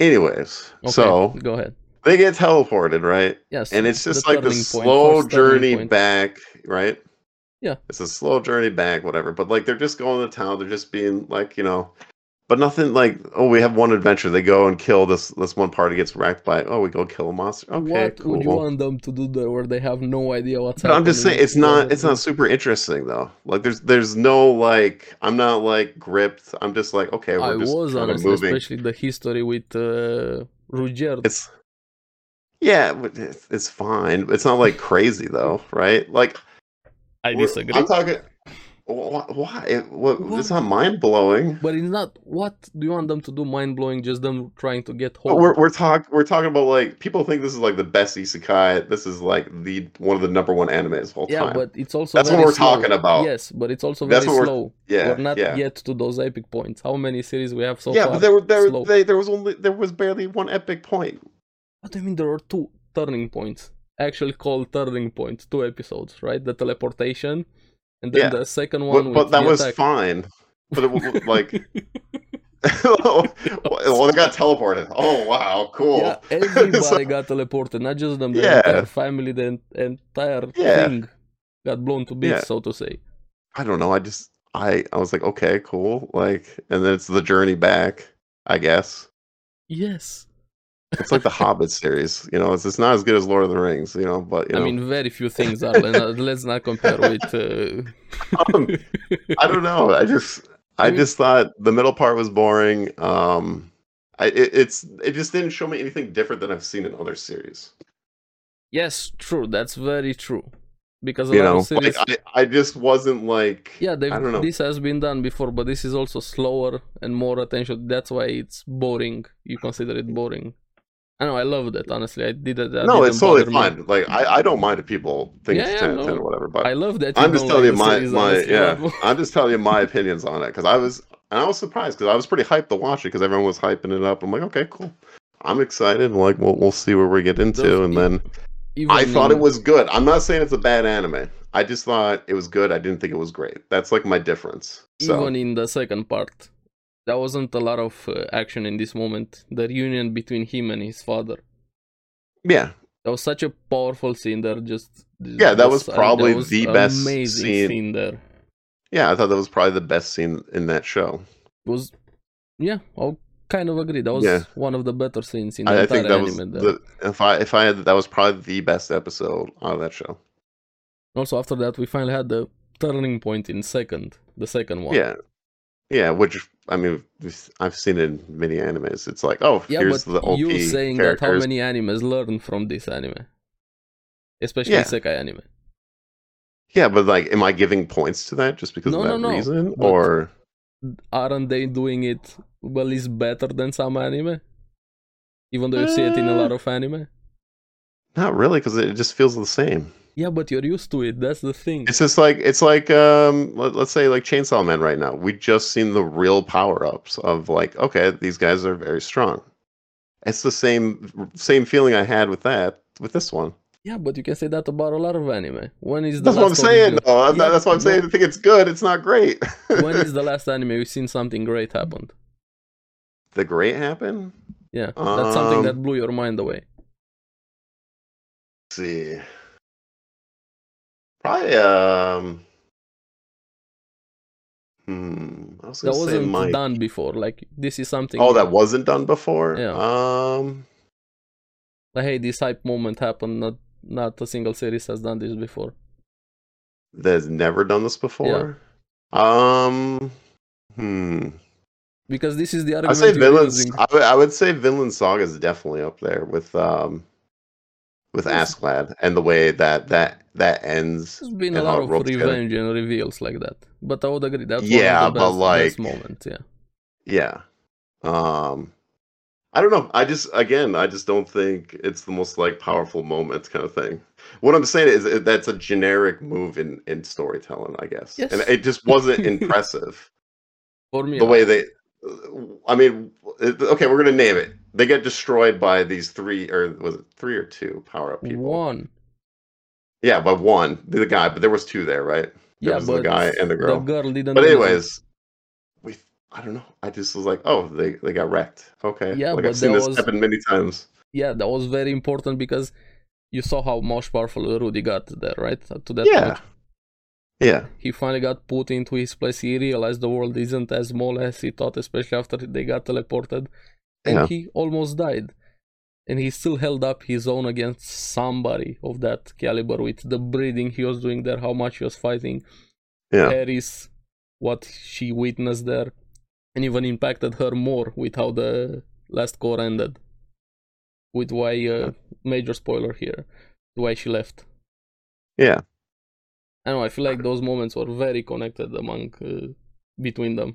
A: Anyways,
C: Okay,
A: so
C: go ahead.
A: they get teleported, right?
C: Yes,
A: And it's just
C: the
A: like the
C: turning point,
A: slow
C: first turning
A: journey
C: point.
A: back, right?
C: Yeah.
A: It's a slow journey back, whatever. But like they're just going to town, they're just being like, you know, but nothing like, oh, we have one adventure. They go and kill this this one party gets wrecked by, oh, we go kill a monster. Okay,
C: what
A: cool.
C: would you want them to do there where they have no idea what's
A: But
C: happening?
A: I'm just saying it's
C: what
A: not
C: they're
A: it's not super interesting though. Like there's there's no like I'm not like gripped. I'm just like okay,
C: doing?
A: we're
C: I
A: just
C: was
A: kind of
C: honestly,
A: moving.
C: especially the history with uh, Ruger.
A: It's yeah, but it's, it's fine. It's not like crazy though, right? Like
C: I
A: we're-
C: disagree.
A: I'm talking. Wh- wh- Why? It- what-
C: Why?
A: It's not mind blowing.
C: But it's not. What do you want them to do? Mind blowing? Just them trying to get home?
A: We're we're talking we're talking about like people think this is like the best isekai. This is like the one of the number one animes of all
C: yeah,
A: time.
C: but it's also
A: That's what
C: very
A: we're
C: slow.
A: talking about.
C: Yes, but it's also
A: That's
C: very
A: what we're-
C: slow.
A: yeah,
C: we're not
A: yeah,
C: yet to those epic points. How many series we have so
A: yeah.
C: far?
A: But there were there
C: slow.
A: were they, there was only there was barely one epic point.
C: What do you mean? There are two turning points. Actually, called turning points. Two episodes, right? The teleportation, and then
A: Yeah.
C: the second
A: But,
C: one. with
A: but that
C: the
A: was
C: attack.
A: fine. But it, w- w- like, well, they got teleported. Oh wow, cool.
C: Yeah, everybody got teleported, not just them, the
A: Yeah.
C: entire family, the en- entire
A: Yeah.
C: thing got blown to bits,
A: Yeah.
C: so to say.
A: I don't know. I just I I was like, okay, cool. Like, and then it's the journey back. I guess
C: Yes.
A: it's like the Hobbit series. You know, it's it's not as good as Lord of the Rings. You know, but you
C: I
A: know,
C: mean, very few things are. let's not- let's not compare with. Uh...
A: um, I don't know. I just
C: I
A: I
C: mean-
A: just thought the middle part was boring. Um, I it, it's it just didn't show me anything different than I've seen in other series.
C: yes, true. That's very true. Because a
A: You
C: lot
A: know,
C: of series.
A: like I, I just wasn't like
C: yeah,
A: I don't
C: they've,
A: know.
C: this has been done before, but this is also slower and more attention. That's why it's boring. You consider it boring. I know, I loved it, honestly. I did it. that
A: no,
C: didn't
A: it's totally
C: bother me.
A: fine. Like I, I don't mind if people think
C: Yeah,
A: it's
C: yeah,
A: ten out of
C: no.
A: ten or whatever. But
C: I love that.
A: I'm just telling you
C: you don't
A: my
C: like the series,
A: my
C: honestly,
A: yeah.
C: but-
A: I'm just telling you my opinions on it because I was and I was surprised because I was pretty hyped to watch it because everyone was hyping it up. I'm like, okay, cool. I'm excited. and Like, we'll we'll see where we get into,
C: Those-
A: and then I
C: even
A: thought it
C: in-
A: was good. I'm not saying it's a bad anime. I just thought it was good. I didn't think it was great. That's like my difference. So
C: even in the second part there wasn't a lot of uh, action in this moment the reunion between him and his father
A: yeah,
C: that was such a powerful scene there just
A: Yeah, that was
C: I mean,
A: probably
C: that was
A: the best
C: amazing
A: scene.
C: there
A: yeah. I thought that was probably the best scene in that show.
C: it was yeah i'll kind of agree that was
A: Yeah.
C: one of the better scenes in the
A: I, I
C: entire
A: think that was
C: anime there.
A: the, if I if I had that was probably the best episode out of that show.
C: also after that we finally had the turning point in second the second one
A: Yeah, Yeah, which I mean, I've seen it in many animes. It's like, oh,
C: Yeah,
A: here's
C: but
A: the OP
C: you saying that how
A: characters.
C: many animes learn from this anime, especially
A: Yeah.
C: Sekai anime.
A: Yeah, but like, am I giving points to that just because
C: No,
A: of
C: no,
A: that
C: no,
A: reason,
C: but-
A: or
C: Aren't they doing it well? Is better than some anime, even though you see it in
A: Uh.
C: a lot of anime.
A: not really? Because it just feels the same.
C: Yeah, but you're used to it. That's the thing.
A: It's just like it's like um, let, let's say like Chainsaw Man right now. We just seen the real power ups of like, okay, these guys are very strong. It's the same same feeling I had with that with this one.
C: Yeah, but you can say that about a lot of anime. When is the
A: That's what I'm
C: last one
A: saying.
C: you-
A: though. I'm
C: Yeah,
A: not- that's what I'm
C: when-
A: saying. I think it's good. It's not great.
C: when is the last anime we've seen something great happened?
A: the great happen?
C: Yeah, that's something
A: Um,
C: that blew your mind away.
A: Let's see. Probably um. Hmm. I was
C: That
A: gonna say
C: wasn't
A: Mike.
C: done before. Like this is something.
A: Oh, that wasn't done before.
C: Yeah.
A: Um.
C: Like, hey, this hype moment happened. Not not a single series has done this before.
A: that's never done this before. Um, hmm.
C: Because this is the
A: I
C: argument.
A: say
C: you're
A: villains.
C: using.
A: I would- I would say Vinland Saga is definitely up there with um with
C: Yes.
A: Asklad and the way that that that ends.
C: There's been a
A: and
C: lot
A: how it
C: of
A: rolled together.
C: revenge and reveals like that. But I would agree that's
A: Yeah,
C: one of the
A: but
C: best,
A: like-
C: best moments. Yeah.
A: Yeah. Um, I don't know. I just again, I just don't think it's the most like powerful moment kind of thing. What I'm saying is it- that's a generic move in in storytelling, I guess, and
C: Yes.
A: it just wasn't impressive.
C: For me,
A: the way they i mean it- okay we're gonna name it they get destroyed by these three or was it three or two power up people
C: one.
A: yeah by one the guy but there was two there right There
C: Yeah,
A: was the
C: but
A: guy and the girl.
C: didn't.
A: but
C: do nothing.
A: anyways we i don't know i just was like oh they they got wrecked okay
C: Yeah,
A: like
C: but
A: i've seen
C: there
A: this
C: was-
A: happen many times
C: yeah, that was very important because you saw how much powerful Rudy got there, right? To that
A: yeah
C: point,
A: yeah
C: he finally got put into his place. He realized the world isn't as small as he thought, especially after they got teleported, and
A: Yeah.
C: he almost died. And he still held up his own against somebody of that caliber with the breathing he was doing there, how much he was fighting.
A: Yeah.
C: Harris, what she witnessed there, and even impacted her more with how the last core ended. With why, uh, major spoiler here, why she left.
A: yeah
C: I don't know. I feel like those moments were very connected among uh, between them.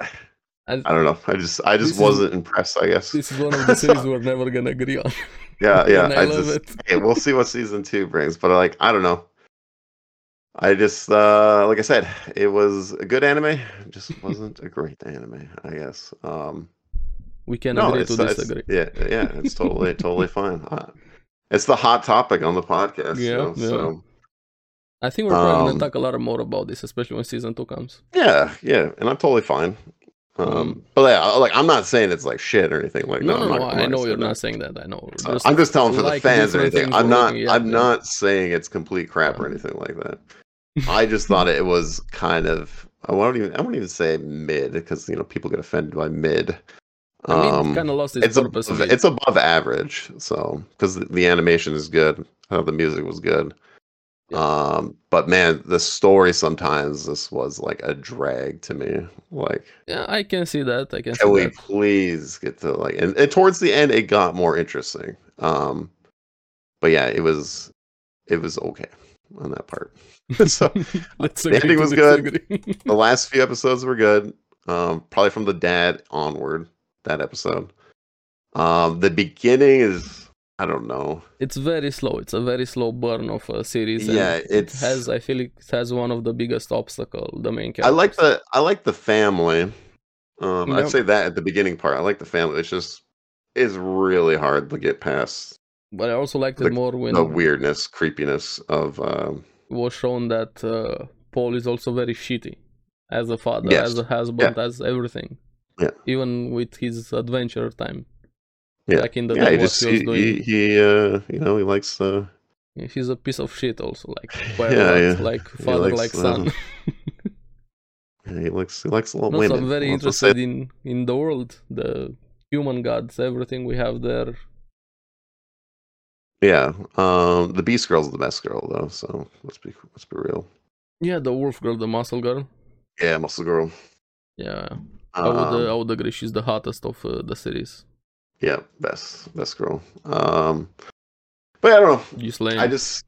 A: i don't know i just i
C: This
A: just
C: is-
A: wasn't impressed i guess
C: This is one of the series we're never gonna agree on.
A: yeah yeah
C: and I, love
A: just
C: it.
A: hey, we'll see what season two brings. But like, I don't know. I just uh like I said, it was a good anime. It just wasn't a great anime, I guess. Um
C: We can
A: no,
C: agree
A: it's,
C: to
A: it's-
C: disagree.
A: yeah, yeah, it's totally totally fine. Uh, it's the hot topic on the podcast. you
C: Yeah,
A: know,
C: yeah.
A: So
C: I think we're probably
A: Um,
C: gonna talk a lot more about this, especially when season two comes.
A: yeah, yeah, and I'm totally fine. Um but yeah, I- like I'm not saying it's like shit or anything like
C: Mm-hmm.
A: that.
C: No, no,
A: I'm
C: no.
A: not gonna
C: I know
A: say
C: you're
A: that.
C: not saying that. I know.
A: So I'm just telling for the
C: like
A: fans or
C: different
A: anything.
C: things
A: I'm
C: we're
A: not.
C: looking at,
A: I'm
C: yeah. Uh-huh.
A: not saying it's complete crap or
C: Yeah.
A: anything like that. I just thought it was kind of. I won't even. I won't even say mid because you know people get offended by mid.
C: I mean,
A: Um,
C: it kind of lost its,
A: it's
C: purpose. a
A: above,
C: bit.
A: it's above average. So because the, the animation is good, I thought the music was good.
C: Yeah.
A: Um, but man, the story sometimes this was like a drag to me. Like,
C: yeah, I can see that. I can see
A: can we
C: that.
A: please get to like and, and towards the end it got more interesting um but yeah it was it was okay on that part so
C: Let's
A: the
C: agree
A: ending
C: to
A: was good.
C: disagree.
A: the last few episodes were good um probably from the dad onward that episode um the beginning is i don't know
C: it's very slow. It's a very slow burn of a series. and
A: yeah
C: it
A: it's
C: has. I feel it has one of the biggest obstacle. The main character.
A: i like the i like the family um
C: Yep.
A: i'd say that at the beginning part i like the family it's just it's really hard to get past
C: But I also liked
A: the-
C: it more when
A: the weirdness, creepiness of um,
C: it was shown that uh, Paul is also very shitty as a father,
A: Yes.
C: as a husband, as everything.
A: Yeah.
C: Even with his adventure time.
A: Yeah.
C: Like in the
A: yeah. He
C: what
A: just
C: he was
A: he,
C: doing.
A: he, he uh you know he likes uh
C: He's a piece of shit also, like
A: Yeah,
C: yeah,
A: yeah.
C: like
A: He
C: father,
A: likes,
C: like son.
A: uh, he likes he likes little
C: No, so
A: women.
C: I'm very
A: Let's just say-
C: interested in in the world, the human gods, everything we have there.
A: Yeah. Um, the Beast Girl's the best girl though. So let's be let's be real.
C: Yeah, the wolf girl, the muscle girl.
A: Yeah, Muscle Girl.
C: Yeah, I
A: Um,
C: would uh, I would agree. She's the hottest of uh, the series.
A: yeah, best best girl. Um, but yeah, I don't know.
C: You slaying?
A: I just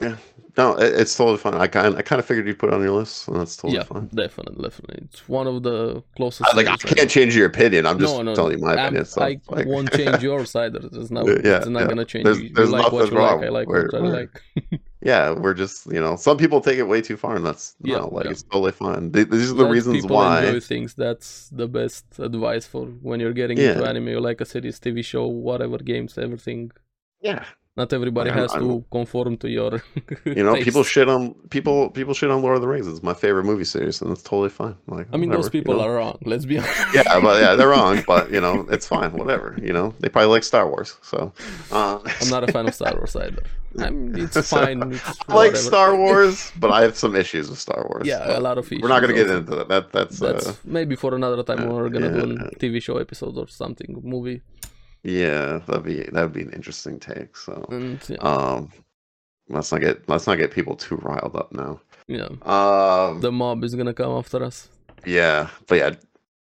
A: yeah, no, it, it's totally fine. I kind I kind of figured you put it on your list, and that's totally
C: yeah,
A: fine.
C: definitely, definitely. It's one of the closest.
A: like I
C: series right now.
A: can't change your opinion. I'm just
C: No, no,
A: telling you my
C: I'm-
A: opinion. So,
C: I
A: like-
C: won't change yours either. It's not.
A: Yeah,
C: it's not
A: yeah.
C: gonna change.
A: There's-
C: you You
A: there's
C: like what
A: nothing
C: you like.
A: wrong.
C: I like
A: We're-
C: what I
A: we're-
C: like.
A: yeah, we're just you know some people take it way too far, and that's
C: Yeah,
A: no, like
C: yeah.
A: it's totally fine. Th- These are the
C: Let
A: reasons
C: people
A: why.
C: enjoy things. That's the best advice for when you're getting
A: Yeah.
C: into anime or like a series, TV show, whatever games, everything.
A: Yeah,
C: Not everybody
A: Like, I'm-
C: has to conform to your.
A: you know, people
C: taste.
A: shit on people. People shit on Lord of the Rings. It's my favorite movie series, and it's totally fine. Like
C: I mean,
A: whatever,
C: those
A: you
C: people
A: know?
C: are wrong. Let's be honest.
A: Yeah, but yeah, they're wrong. But you know, it's fine. Whatever. You know, they probably like Star Wars. So uh,
C: I'm not a fan of Star Wars either. I'm, it's
A: So,
C: fine. It's
A: I like
C: whatever.
A: Star Wars, but I have some issues with Star Wars.
C: Yeah, a
A: but
C: lot of
A: We're not gonna
C: issues
A: get into that. that that's,
C: That's
A: uh,
C: maybe for another time
A: uh,
C: when we're gonna do
A: yeah.
C: a TV show episode or something, movie.
A: yeah, that'd be that'd be an interesting take. So
C: And Mm, yeah,
A: um, let's not get let's not get people too riled up now.
C: yeah.
A: Um,
C: the mob is gonna come after us.
A: yeah, but yeah,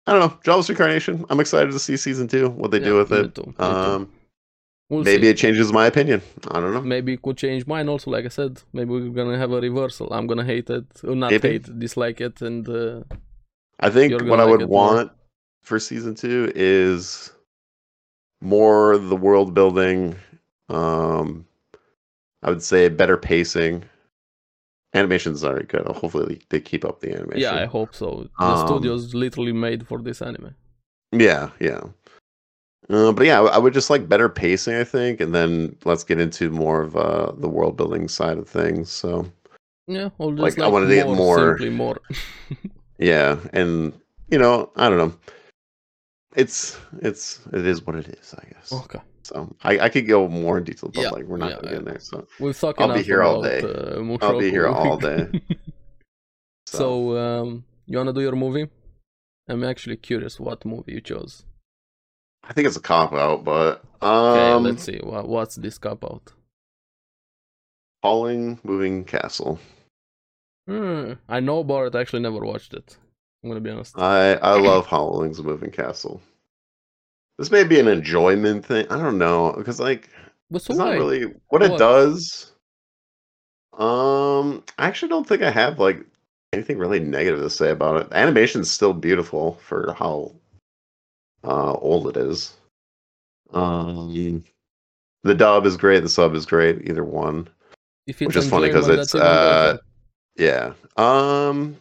A: I don't know. Jobless Reincarnation. I'm excited to see season two. What they
C: Yeah,
A: do with
C: me
A: it.
C: too, me too.
A: Um,
C: We'll
A: maybe
C: see.
A: it changes my opinion. I don't know.
C: maybe it could change mine also. Like I said, maybe we're gonna have a reversal. I'm gonna hate it, or not
A: Maybe.
C: hate, dislike it, and uh,
A: I think
C: You're gonna
A: what I
C: like
A: would
C: it more.
A: want for season two is more the world building. Um, I would say better pacing. Animation's already good. Hopefully they keep up the animation.
C: yeah, I hope so. The
A: Um,
C: studio's literally made for this anime.
A: Yeah, yeah. Uh, but yeah, I I would just like better pacing, I think, and then let's get into more of uh, the world building side of things. So
C: Yeah, or just
A: like,
C: like,
A: I wanted to
C: more,
A: get more-
C: simply more.
A: yeah, and you know, I don't know. It's it's it is what it is, I guess.
C: okay,
A: So I, I could go more in detail, but
C: Yeah,
A: like we're not
C: yeah,
A: gonna
C: yeah.
A: get in there. So
C: we'll talk.
A: I'll be
C: enough
A: here all
C: about,
A: day.
C: uh,
A: I'll be
C: Mushoku.
A: here all day.
C: So, um, you wanna do your movie? I'm actually curious what movie you chose.
A: I think it's a cop out, but
C: Okay,
A: um,
C: let's see. What, what's this cop out?
A: Hauling Moving Castle.
C: Hmm, I know about it. I actually never watched it. I'm gonna be honest.
A: I I love Howling's Moving Castle. This may be an enjoyment thing. I don't know because like
C: But so
A: it's not
C: why?
A: really what it
C: What?
A: does. Um, I actually don't think I have like anything really negative to say about it. The animation's still beautiful for how uh, old it is. Um, the dub is great. The sub is great. Either one.
C: if it's
A: which is funny 'cause
C: enjoyable,
A: it's, uh,
C: that's even better.
A: Yeah. Um,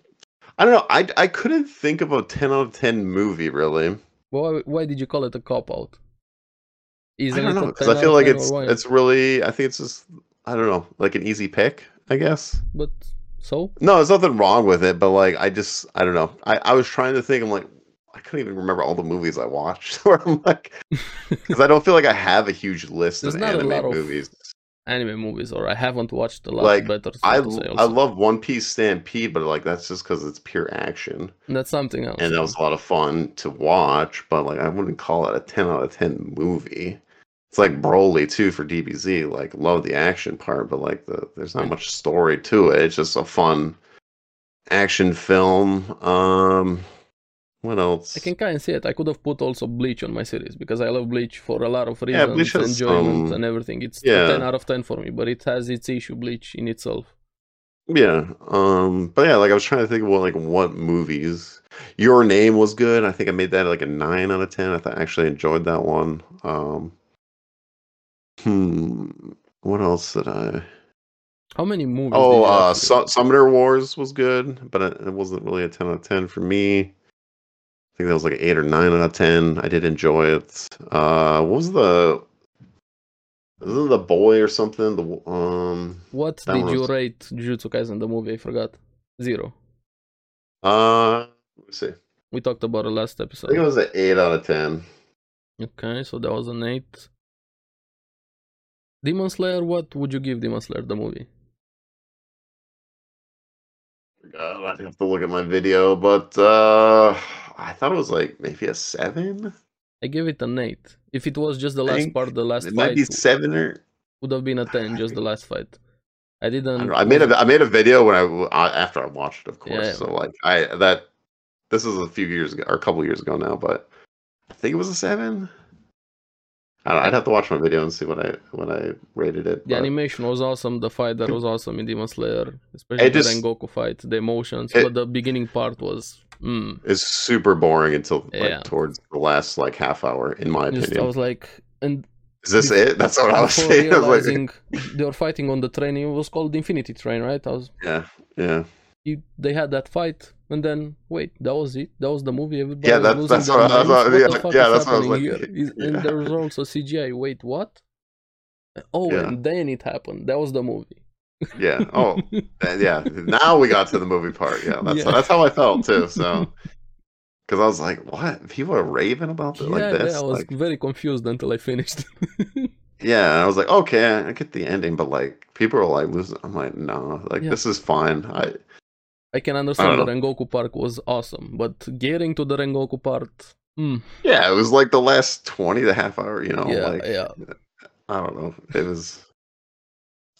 A: I don't know. I I couldn't think of a ten out of ten movie really.
C: why, why did you call it a cop out? Is
A: I don't
C: it
A: know
C: a
A: because
C: 10
A: I feel
C: out of
A: like
C: 10 or
A: it's
C: why?
A: it's really. I think it's just I don't know like an easy pick. I guess.
C: But so
A: No, there's nothing wrong with it, but like I just I don't know. I, I was trying to think. I'm like I couldn't even remember all the movies I watched. Where I'm like because I don't feel like I have a huge list
C: There's
A: of
C: not a
A: anime
C: lot of-
A: movies.
C: anime movies, or I haven't watched a lot
A: Like,
C: better. so
A: I
C: to say
A: I
C: also.
A: love One Piece Stampede, but like that's just because it's pure action
C: that's something else.
A: and that was a lot of fun to watch. But like I wouldn't call it a ten out of ten movie. It's like Broly too for DBZ. Like love the action part, but like the there's not much story to it. It's just a fun action film. Um, what else?
C: I can kind of see it. I could have put also Bleach on my series because I love Bleach for a lot of
A: Yeah,
C: reasons,
A: Bleach has
C: enjoyment
A: some-
C: and everything. It's
A: Yeah.
C: a 10 out of 10 for me, but it has its issue, Bleach, in itself.
A: Yeah. Um, but yeah, like I was trying to think of what like what movies. Your Name was good. I think I made that like a nine out of ten. I th- actually enjoyed that one. Um, hmm. What else did I?
C: How many movies? did
A: Oh,
C: you
A: uh,
C: actually-
A: Su- Summoner Wars was good, but it, it wasn't really a 10 out of 10 for me. I think that was like an 8 or 9 out of 10. I did enjoy it. Uh, what was the. Isn't the boy or something? The um,
C: What
A: That
C: did
A: one
C: you
A: was-
C: rate Jujutsu Kaisen the movie? I forgot. Zero.
A: uh, let's see. I
C: We talked about it last episode.
A: think it was an eight out of ten.
C: Okay, so that was an eight. Demon Slayer, what would you give Demon Slayer the movie?
A: God, I'd have to look at my video, but uh, I thought it was like maybe a seven.
C: I give it an eight. If it was just the last
A: Think
C: part, the last
A: It might
C: fight
A: be seven or
C: would have been a ten, just the last fight. I didn't.
A: I, don't know. I made a I made a video when I, I after I watched it, of course.
C: Yeah.
A: So like I that This was a few years ago, or a couple years ago now, but I think it was a seven. I don't, know, I'd have to watch my video and see what I when I rated it.
C: The
A: but-
C: animation was awesome. The fight that was awesome in Demon Slayer, especially the
A: just-
C: Rengoku fight, the emotions.
A: it-
C: but the beginning part was, mm,
A: It's super boring until
C: Yeah.
A: like towards the last like half hour, in my
C: just
A: opinion.
C: I was like, and
A: Is this it? That's what I was
C: before
A: saying. I was like,
C: realizing they were fighting on the train, it was called Infinity Train, right? I was,
A: yeah, yeah,
C: you, they had that fight, and then wait, that was it. That was the movie. Everybody
A: Yeah,
C: was
A: that-
C: losing
A: that's
C: their
A: what I- that's
C: minds.
A: what- yeah,
C: the fuck
A: yeah,
C: is
A: that's what I was
C: happening
A: like,
C: here? Is-
A: yeah.
C: And there was also CGI. Wait, what? Oh,
A: Yeah.
C: and then it happened. That was the movie.
A: yeah. Oh, th- yeah. Now we got to the movie part. Yeah, that's
C: Yeah.
A: that's how I felt too. So, because I was like, what? People are raving about it
C: yeah,
A: like this.
C: yeah, I was
A: Like,
C: very confused until I finished.
A: yeah, and I was like, okay, I get the ending, but like people are like losing. I'm like, no, like
C: Yeah.
A: this is fine. I
C: I can understand
A: know.
C: the Rengoku Park was awesome, but getting to the Rengoku part, mm,
A: yeah, it was like the last twenty to half hour. You know,
C: yeah,
A: like
C: yeah,
A: I don't know. It was.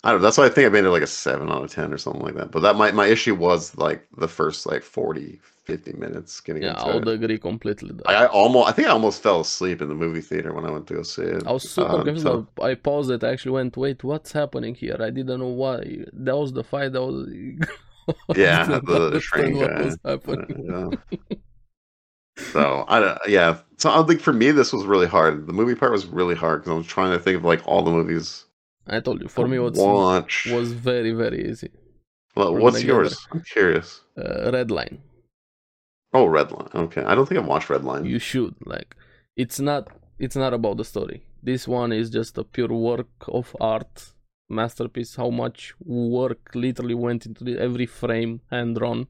A: I don't know. That's why I think I made it like a seven out of ten or something like that. But that my my issue was like the first like 40, 50 minutes getting
C: yeah,
A: into
C: I
A: it.
C: would agree completely. though.
A: I, I almost I think I almost fell asleep in the movie theater when I went to go see it.
C: I was super
A: Um,
C: confused.
A: so-
C: I paused it. I actually went, wait, what's happening here? I didn't know why. That was the fight. That was. I
A: Yeah,
C: didn't
A: the- the
C: understand
A: train
C: what
A: guy.
C: was happening.
A: yeah. so I don't. Yeah. So I think for me this was really hard. The movie part was really hard because I was trying to think of like all the movies.
C: I told you. For
A: I
C: me, what's
A: watch.
C: was very very easy.
A: Well,
C: we're
A: what's
C: gonna get there.
A: yours? I'm curious.
C: Uh, Red line.
A: Oh, Redline. Okay, I don't think I've watched Redline.
C: You should like. It's not. It's not about the story. This one is just a pure work of art masterpiece. How much work literally went into the, every frame hand drawn.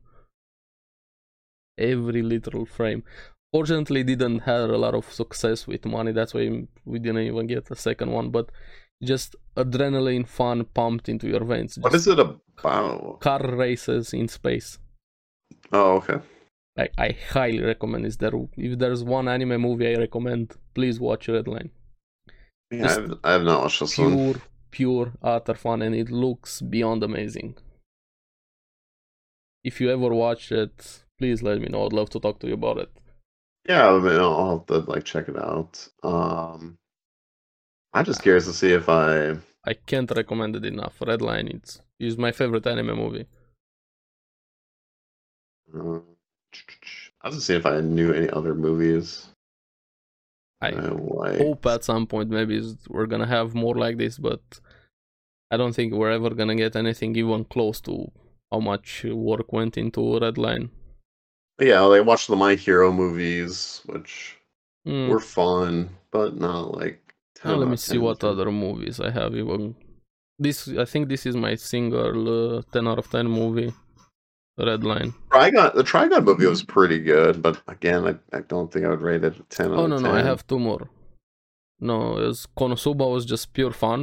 C: Every literal frame. Fortunately, it didn't have a lot of success with money. That's why we didn't even get a second one. But just adrenaline, fun pumped into your veins.
A: What
C: Just
A: is it about?
C: car races in space.
A: Oh, okay.
C: Like I highly recommend. Is there if there's one anime movie I recommend, please watch Redline.
A: Yeah,
C: Just
A: I've, I've not watched this one.
C: Pure, pure utter fun, and it looks beyond amazing. If you ever watch it, please let me know. I'd love to talk to you about it.
A: Yeah, I mean, I'll have to like check it out. Um, I'm
C: Uh,
A: just curious to see if I.
C: I can't recommend it enough. Redline it's is my favorite anime movie.
A: Uh, I was just seeing if I knew any other movies.
C: I Oh,
A: I like.
C: hope at some point maybe is- we're gonna have more like this, but I don't think we're ever gonna get anything even close to how much work went into Redline.
A: Yeah, like, I watched the My Hero movies, which
C: Mm.
A: were fun, but not like. 10
C: Now let
A: out
C: me
A: of
C: see
A: 10
C: what
A: for-
C: other movies I have even. This I think this is my single uh, ten out of ten movie, Redline.
A: Trigon. The Trigon movie was pretty good, but again, I, I don't think I would rate it a ten. out
C: Oh
A: of
C: no no, I
A: 10.
C: have two more. No, it's Konosuba was just pure fun,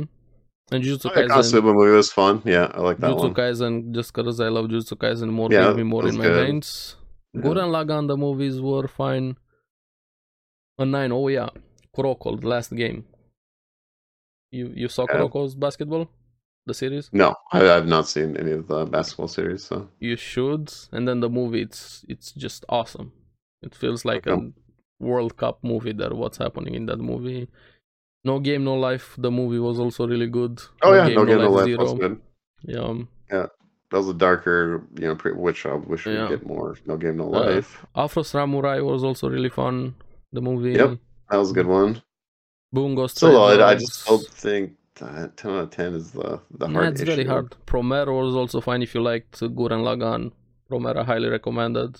C: and Jujutsu
A: Oh, yeah,
C: Kaisen.
A: Konosuba movie was fun. Yeah, I like that
C: Jujutsu
A: one.
C: Kaisen, just because I love Jujutsu Kaisen more,
A: Yeah,
C: gave me more
A: that's
C: in my
A: good.
C: veins.
A: Yeah.
C: Gurren Lagann the movies were fine. A nine, oh yeah, Kuroko, the last game. You you saw
A: Yeah.
C: Kuroko's basketball, the series.
A: No, I, I've not seen any of the basketball series. So
C: you should and then the movie it's it's just awesome it feels like
A: Okay.
C: a world cup movie there what's happening in that movie no game no life the movie was also really good
A: oh yeah, no game no life was
C: Zero.
A: good.
C: yeah um,
A: That was a darker, you know, pre- which I wish we
C: Yeah.
A: would get more. No game no
C: Uh,
A: life.
C: afro samurai was also really fun the movie
A: Yep. that was a good one.
C: bungo Stray
A: Still, I, I just
C: Dogs.
A: don't think that ten out of ten is the the
C: Yeah,
A: hard
C: it's
A: issue.
C: very hard promero was also fine if you liked guren lagan promero highly recommended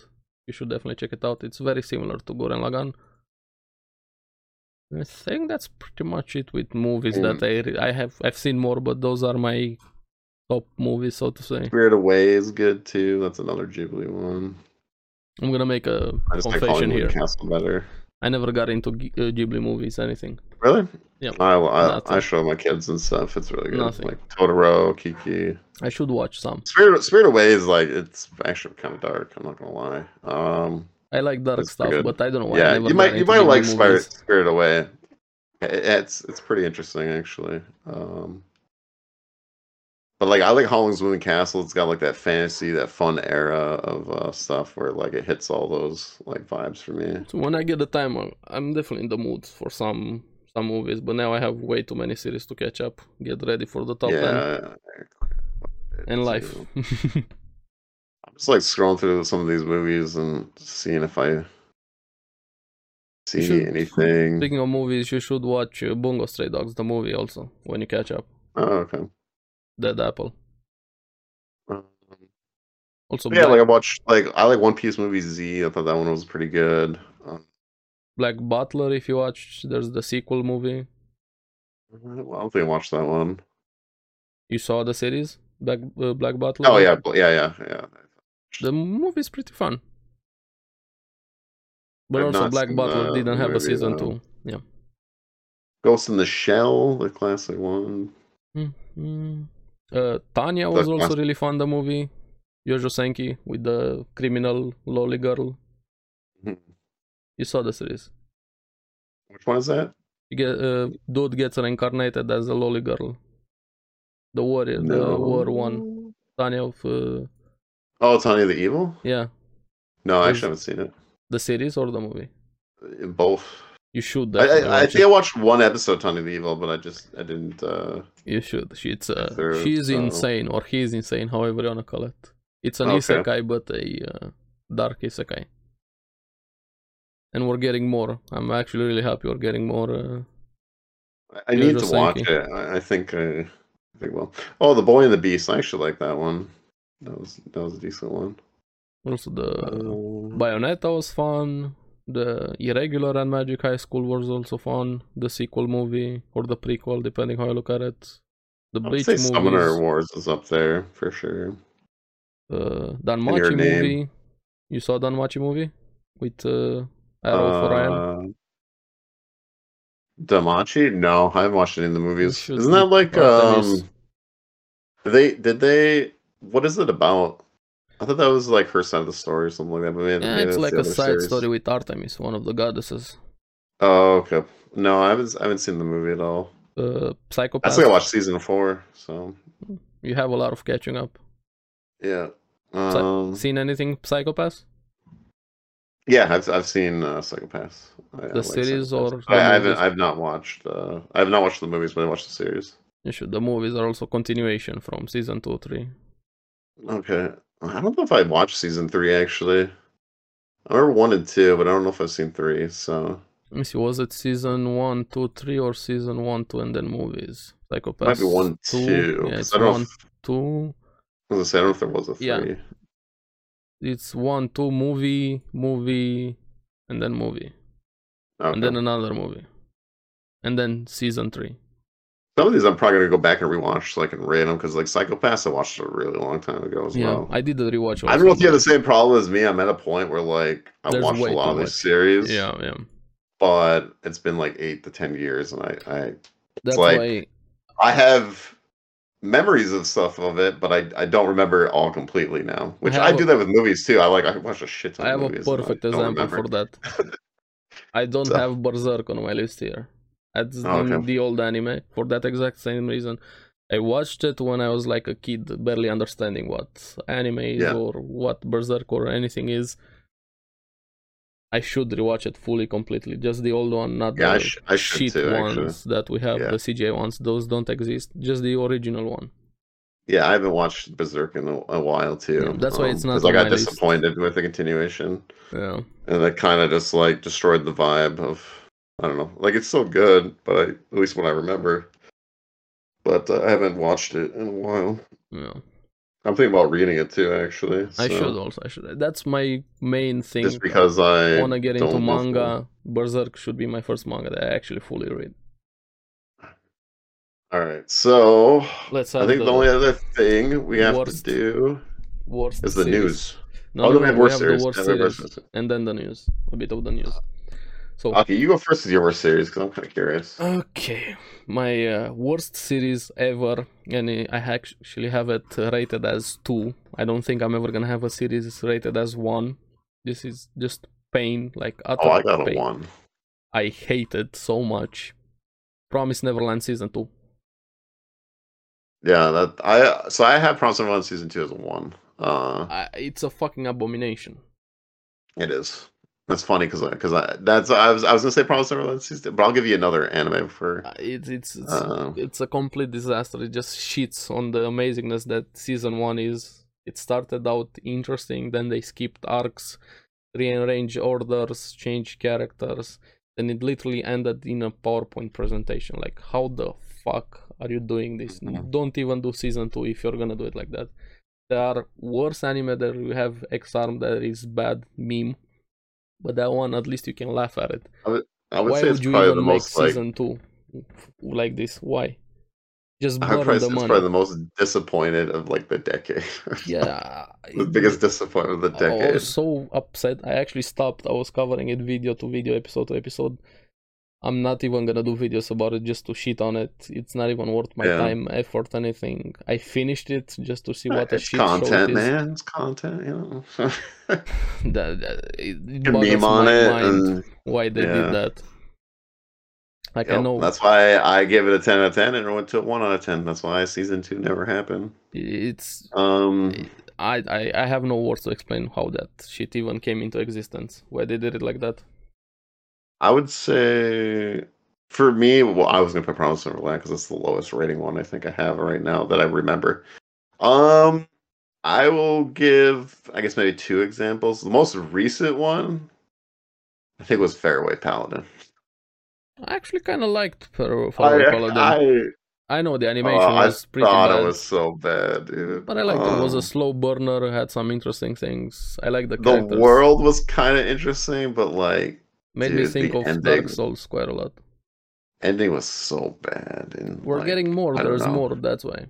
C: you should definitely check it out it's very similar to guren lagan I think that's pretty much it with movies
A: Mm.
C: that I re- I have I've seen more, but those are my top movies, so to say.
A: Spirit Away is good too. That's another Ghibli one.
C: I'm gonna make a
A: I just like
C: confession
A: Hollywood
C: here.
A: Castle better. anything.
C: I never got into G- uh, Ghibli movies, anything.
A: Really?
C: Yep.
A: I I, I
C: Nothing.
A: show my kids and stuff. It's really good.
C: Nothing.
A: Like Totoro, Kiki.
C: I should watch some.
A: Spirit Spirit Away is like it's actually kind of dark. I'm not gonna lie. Um,
C: I like dark
A: That's
C: stuff,
A: good.
C: but I don't know why. I
A: yeah,
C: never
A: you
C: got
A: might you
C: into
A: might
C: Ghibli
A: like
C: movies.
A: Spirit Spirit Away. I- It's it's pretty interesting actually. Um, But like I like Howling's Woman Castle. It's got like that fantasy, that fun era of uh, stuff where like it hits all those like vibes for me.
C: So when I get the time, I- I'm definitely in the mood for some some movies. But now I have way too many series to catch up. Get ready for the top ten
A: yeah.
C: and life.
A: too. I'm just like scrolling through some of these movies and seeing if I see
C: should-
A: anything.
C: Speaking of movies, you should watch uh, Bungo Stray Dogs, the movie, also when you catch up.
A: Oh, okay.
C: Dead Apple.
A: Um,
C: Also,
A: yeah,
C: Black,
A: like I watched like I like One Piece movie Z. I thought that one was pretty good. Um,
C: Black Butler. If you watch, there's the sequel movie.
A: well, I don't think I watched that one.
C: You saw the series Black uh, Black Butler.
A: Oh yeah, bl- yeah, yeah, yeah.
C: the movie's pretty fun. But
A: I've
C: also,
A: not
C: Black
A: seen
C: Butler
A: the
C: didn't have a
A: movie,
C: season
A: though.
C: two. Yeah.
A: Ghost in the Shell, the classic one.
C: Mhm. Uh, Tanya was
A: That's
C: also
A: nice.
C: really fun. The movie, Yojo Senki with the criminal lolly girl.
A: Mhm.
C: You saw the series.
A: Which one is that?
C: You get uh, dude gets reincarnated as a lolly girl. The warrior, the war one. Tanya of uh,
A: Oh, Tanya the Evil.
C: yeah,
A: No, I
C: There's-
A: actually haven't seen it.
C: the series or the movie.
A: Uh, Both.
C: You should.
A: I, I,
C: definitely
A: I
C: watch
A: think
C: it.
A: I watched one episode of Tanya the Evil, but I just I didn't. uh
C: You should. She's uh,
A: Sure,
C: she's
A: so-
C: insane or he's insane, however you wanna call it. It's an
A: Okay.
C: isekai, but a uh, dark isekai. And we're getting more. I'm actually really happy we're getting more. Uh,
A: I- I
C: You're
A: need to
C: just
A: watch
C: thinking.
A: it. I, I think I, I think well. Oh, the Boy and the Beast. I actually like that one. That was that was a decent one.
C: also, the
A: Um,
C: Bayonetta was fun. The Irregular and Magic High School was also fun. The sequel movie or the prequel, depending how you look at it. The
A: I would
C: Bleach
A: say
C: movies.
A: Summoner Wars is up there for sure.
C: uh,
A: Your
C: Danmachi
A: Name.
C: movie. You saw Danmachi movie with uh, Arrow for Ryan.
A: Uh, Damachi? No, I haven't watched any of the movies.
C: should
A: Isn't
C: be
A: that like
C: Artemis.
A: um? They did they? What is it about? I thought that was like her side of the story or something like that. But maybe,
C: Yeah,
A: maybe
C: it's
A: that's
C: like
A: the
C: a
A: other
C: side
A: series.
C: story with Artemis, one of the goddesses.
A: Oh, okay. No, I haven't. I haven't seen the movie at all.
C: Uh,
A: I
C: psychopath.
A: think I watched season four. So
C: You have a lot of catching up.
A: yeah. Um,
C: Seen anything psychopath?
A: yeah, I've I've seen uh, Psychopaths. I, I
C: The series
A: Psychopaths.
C: or
A: I,
C: the
A: I haven't.
C: movies?
A: I've not watched. Uh, I've not watched the movies, but I watched the series.
C: You should. The movies are also continuation from season two, three.
A: Okay. I don't know if I watched season three actually. I remember one and two, but I don't know if I've seen three. So
C: Let me see. Was it season one, two, three, or season one, two, and then movies? Psychopath.
A: might be one, two.
C: Yeah,
A: 'cause
C: it's
A: I don't.
C: one,
A: Know if,
C: two.
A: I was gonna say I don't know if there was a three.
C: Yeah. It's one, two movie, movie, and then movie,
A: Okay.
C: and then another movie, and then season three.
A: Some of these I'm probably gonna go back and rewatch so I can rate them because like Psychopaths I watched a really long time ago as
C: yeah,
A: well.
C: I did the rewatch. Also,
A: I don't know if you have
C: but-
A: the same problem as me. I'm at a point where like I
C: There's
A: watched
C: way
A: a lot
C: too
A: of
C: much.
A: these series,
C: Yeah, yeah.
A: but it's been like eight to ten years, and I I,
C: That's
A: like-
C: why
A: I have memories of stuff of it, but I, I don't remember it all completely now. Which I,
C: have
A: do
C: a-
A: that with movies too. I like I watch a shit ton
C: I have
A: of
C: a
A: movies. and
C: perfect
A: don't
C: example
A: remember.
C: for that. I don't
A: So-
C: have Berserk on my list here. That's
A: Oh,
C: the,
A: okay.
C: the old anime for that exact same reason. I watched it when I was like a kid, barely understanding what anime is
A: Yeah.
C: or what Berserk or anything is. I should rewatch it fully, completely. Just the old one, not
A: Yeah, I,
C: the
A: sh- I should
C: shit
A: too.
C: ones
A: Actually,
C: that we have,
A: Yeah.
C: the CGI ones. Those don't exist. Just the original one.
A: yeah, I haven't watched Berserk in a, a while too. Um,
C: Yeah, that's why it's not
A: 'cause
C: on
A: I
C: my
A: got
C: list.
A: disappointed with the continuation,
C: Yeah.
A: and that kind of just like destroyed the vibe of I don't know. Like it's still good, but I, at least what I remember. But uh, I haven't watched it in a while.
C: Yeah.
A: I'm thinking about reading it too, actually.
C: I
A: so-
C: should also. I should. That's my main thing.
A: Just because I
C: want to get into
A: don't know if I'll-
C: manga, Berserk should be my first manga that I actually fully read.
A: All right, so
C: Let's have
A: I think the,
C: the
A: only other thing we have
C: worst
A: to do
C: worst
A: is the
C: series.
A: news.
C: No,
A: oh,
C: no,
A: no, we have
C: we
A: worst
C: have
A: series.
C: the worst
A: Yeah, we have
C: series,
A: worst series.
C: and then the news. A bit of the news. So
A: Okay, you go first with your worst series because I'm kind of
C: Uh,
A: curious.
C: okay, my uh, worst series ever, and uh, I actually have it uh, rated as two. I don't think I'm ever gonna have a series rated as one. This is just pain, like utter
A: Oh, I got a
C: pain.
A: one.
C: I hate it so much. Promise Neverland season two.
A: Yeah, that I so I had Promising Neverland season two as a one. Uh,
C: I, it's a fucking abomination.
A: it is. That's funny because because I, that's I was I was gonna say Promising Neverland season, two, but I'll give you another anime for.
C: Uh, It's it's it's,
A: Uh,
C: it's a complete disaster. It just shits on the amazingness that season one is. It started out interesting, then they skipped arcs, rearrange orders, change characters, then it literally ended in a PowerPoint presentation. Like, how the fuck are you doing this?
A: Mhm.
C: Don't even do season two if you're gonna do it like that. There are worse anime that you have X Arm that is bad meme, but that one at least you can laugh at it
A: I would
C: why
A: say it's
C: would you
A: probably
C: even
A: the
C: make
A: most like
C: season two like this? Why? Just
A: I would
C: burn
A: probably
C: the
A: say it's
C: money.
A: probably the most disappointed of like the decade.
C: Yeah,
A: the biggest eh? disappointment of the
C: I
A: decade.
C: was so upset. I actually stopped. I was covering it video to video, episode to episode. I'm not even gonna do videos about it just to shit on it. It's not even worth my
A: Yeah. Eh,
C: time, effort, anything. I finished it just to see what a
A: it's
C: shit show
A: content,
C: it is.
A: man. It's content, you know.
C: That- that- it- it
A: Can
C: boggles
A: meme on
C: my
A: it,
C: mind
A: and
C: why they
A: yeah.
C: did that. Like I
A: Yep,
C: know
A: that's why I give it a ten out of ten, and it went to a one out of ten. That's why season two never happened.
C: it's
A: Um,
C: I, I I have no words to explain how that shit even came into existence. Why they did it like that?
A: I would say for me, well, I was gonna put Promise Neverland because it's the lowest rating one I think I have right now that I remember. Um, I will give, I guess maybe two examples. The most recent one, I think, was Fairway Paladin.
C: I actually kind of liked Power
A: I,
C: Paladin. I,
A: I
C: know the animation
A: Oh, I
C: was pretty
A: thought
C: bad,
A: it was so bad, dude.
C: but I liked it. It was a
A: Um,
C: slow burner. Had some interesting things. I like the
A: the
C: characters.
A: world was kind of interesting, but like
C: made me
A: dude,
C: think
A: the
C: of
A: ending-
C: Dark Souls quite a lot.
A: ending was so bad. And
C: We're
A: like,
C: getting more.
A: I don't
C: There's
A: know.
C: more. That's why.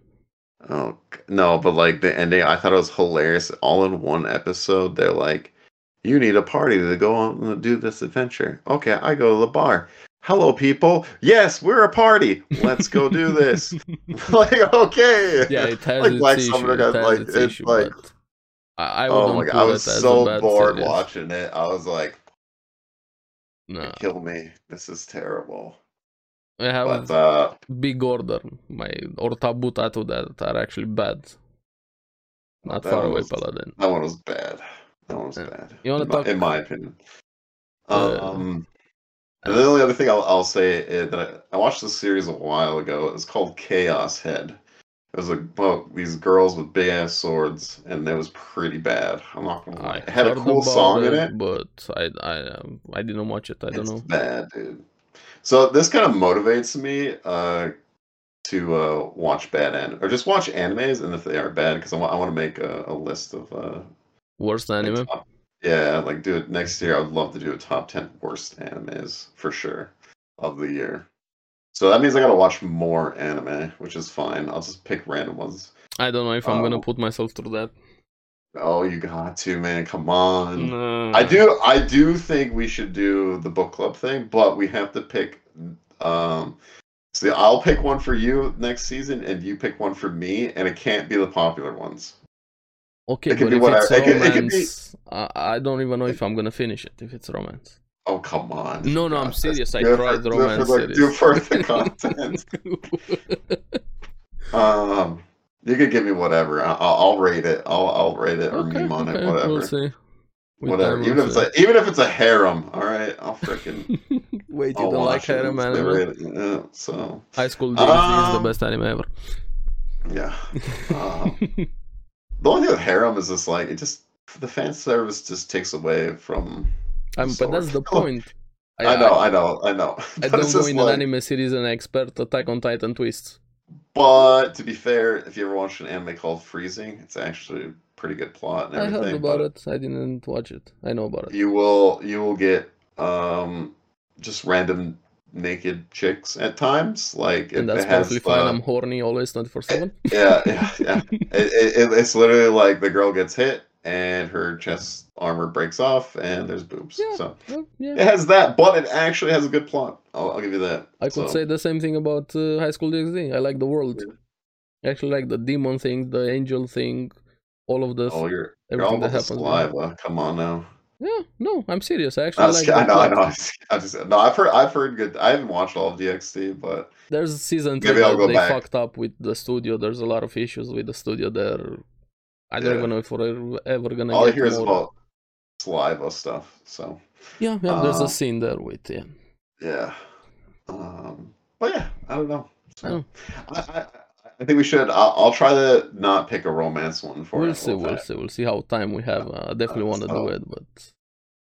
A: Oh g- no, but like the ending, I thought it was hilarious. All in one episode, they're like, "You need a party to go on and do this adventure." Okay, I go to the bar. Hello, people. Yes, we're a party. Let's go do this. like, okay.
C: yeah, it has
A: Like
C: its
A: Black
C: issue.
A: Summoner
C: it
A: got,
C: has
A: like,
C: its,
A: it's
C: issue,
A: like-
C: but I, I
A: oh
C: wouldn't
A: my god,
C: put
A: I
C: it
A: was
C: as
A: so
C: a bad
A: bored
C: series.
A: watching it. I was like,
C: No,
A: "Kill me. This is terrible."
C: I have
A: But uh,
C: Big Order, my or Taboo Tattoo that are actually bad. Not
A: That
C: far away,
A: was-
C: Paladin.
A: that one was bad. That one was
C: Yeah.
A: bad.
C: You wanna
A: in, my-
C: talk-
A: in my opinion.
C: Uh,
A: Um, And the only other thing I'll, I'll say is that I, I watched this series a while ago. It was called Chaos Head. It was about these girls with big ass swords, and it was pretty bad. I'm not gonna lie. It had a
C: heard
A: cool
C: about
A: song in it.
C: but I I um, I didn't watch it. I don't
A: it's
C: know.
A: bad, dude. So this kind of motivates me uh, to uh, watch bad anime, or just watch animes, and if they are bad, because I want to make a, a list of uh,
C: Worst
A: like,
C: anime.
A: top- yeah, like do it next year. I would love to do a top ten worst animes for sure of the year. So that means I gotta watch more anime, which is fine. I'll just pick random ones.
C: I don't know if I'm gonna
A: Oh.
C: put myself through that.
A: Oh, you got to, man. Come on.
C: No.
A: I do. I do think we should do the book club thing, but we have to pick. Um, so I'll pick one for you next season, and you pick one for me, and it can't be the popular ones.
C: Okay,
A: it could
C: but
A: be
C: if
A: what I-
C: it's
A: it could- it could be-
C: romance, I, I don't even know if I'm gonna finish it. If it's romance.
A: Oh come on!
C: No, no, I'm
A: Gosh,
C: serious. I
A: do it for-
C: tried
A: do it for
C: romance
A: the- Do it
C: series.
A: for the content. Um, you could give me whatever. I- I'll, I'll rate it. I'll, I'll rate it or
C: okay,
A: meme on
C: okay,
A: it. Whatever.
C: We'll see. With
A: whatever.
C: time,
A: Even
C: we'll
A: if it's a,
C: see.
A: even if it's a harem. All right, I'll freaking.
C: Wait, you
A: I'll
C: don't like
A: watch it
C: harem
A: once they
C: anime?
A: rate it, yeah, so
C: High School DxD is the
A: Um,
C: best anime ever.
A: yeah. Um, the only thing with harem is just like it just the fan service just takes away from.
C: I mean, Um, but
A: sort.
C: that's the point.
A: I, know, I know, I know.
C: I
A: But
C: don't
A: it's
C: go
A: just
C: in
A: like-
C: an anime series and I expect Attack on Titan twists.
A: But to be fair, if you ever watched an anime called Freezing, it's actually a pretty good plot and
C: I
A: everything.
C: heard
A: but-
C: about it. I didn't watch it. I know about it.
A: you will you will get um just random naked chicks at times like
C: and
A: it
C: that's
A: has
C: perfectly
A: uh,
C: fine. I'm horny always 24 7.
A: yeah yeah yeah it, it, it- it's literally like the girl gets hit and her chest armor breaks off and there's boobs
C: Yeah.
A: so it
C: yeah.
A: has that but it actually has a good plot i'll, I'll give you that
C: I
A: So,
C: could say the same thing about uh, High School DxD. I like the world. I actually like the demon thing, the angel thing, all of this.
A: oh you're you're
C: everything that
A: almost
C: happens,
A: saliva come on now
C: Yeah, no, I'm serious. I actually
A: I, was,
C: like.
A: I
C: that
A: know, I
C: plot.
A: know. I was- I just, no, I've heard, I've heard good. I haven't watched all of DxD, but
C: There's season two
A: Maybe I'll
C: that
A: go
C: they
A: back.
C: fucked up with the studio. There's a lot of issues with the studio there. I don't
A: Yeah.
C: even know if we're ever gonna
A: all I
C: get
A: hear is
C: more.
A: about saliva stuff. So
C: Yeah, yeah. there's
A: uh,
C: a scene there with yeah.
A: yeah, um, but yeah, I don't know. So,
C: I don't-
A: I, I, I think we should. I'll, I'll try to not pick a romance one for
C: We'll
A: it.
C: see, we'll see, we'll see how time we have. Uh, I definitely want to do
A: so-
C: it, but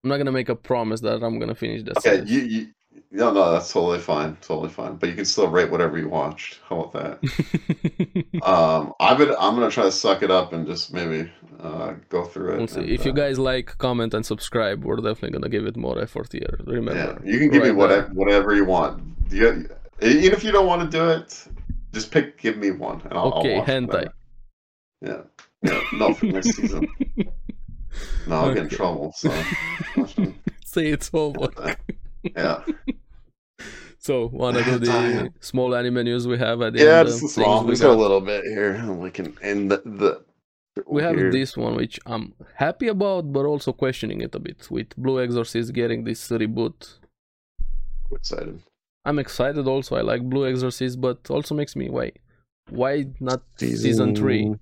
C: I'm not gonna make a promise that I'm gonna finish this.
A: Okay, you, you, no, no, that's totally fine, totally fine. But you can still rate whatever you watched. How about that? um i'm gonna i'm gonna try to suck it up and just maybe uh go through it
C: we'll see.
A: and,
C: If you
A: uh,
C: guys like, comment, and subscribe, we're definitely gonna give it more effort here.
A: yeah
C: Remember,
A: you can give me
C: right
A: whatever whatever you want you, even if you don't want to do it just pick give me one and I'll,
C: Okay,
A: I'll watch
C: hentai.
A: whatever. yeah yeah no for next season no i'll get in
C: Okay.
A: trouble so
C: say it's over.
A: yeah
C: So, wanna do the
A: Hentai.
C: small anime news we have at the
A: yeah
C: end?
A: just
C: uh,
A: a small
C: things we
A: just a
C: got?
A: little bit here and we can end the, the
C: we have
A: here.
C: this one which I'm happy about, but also questioning it a bit. With Blue Exorcist getting this reboot,
A: I'm excited
C: I'm excited. Also, I like Blue Exorcist, but also makes me why, why not season, three?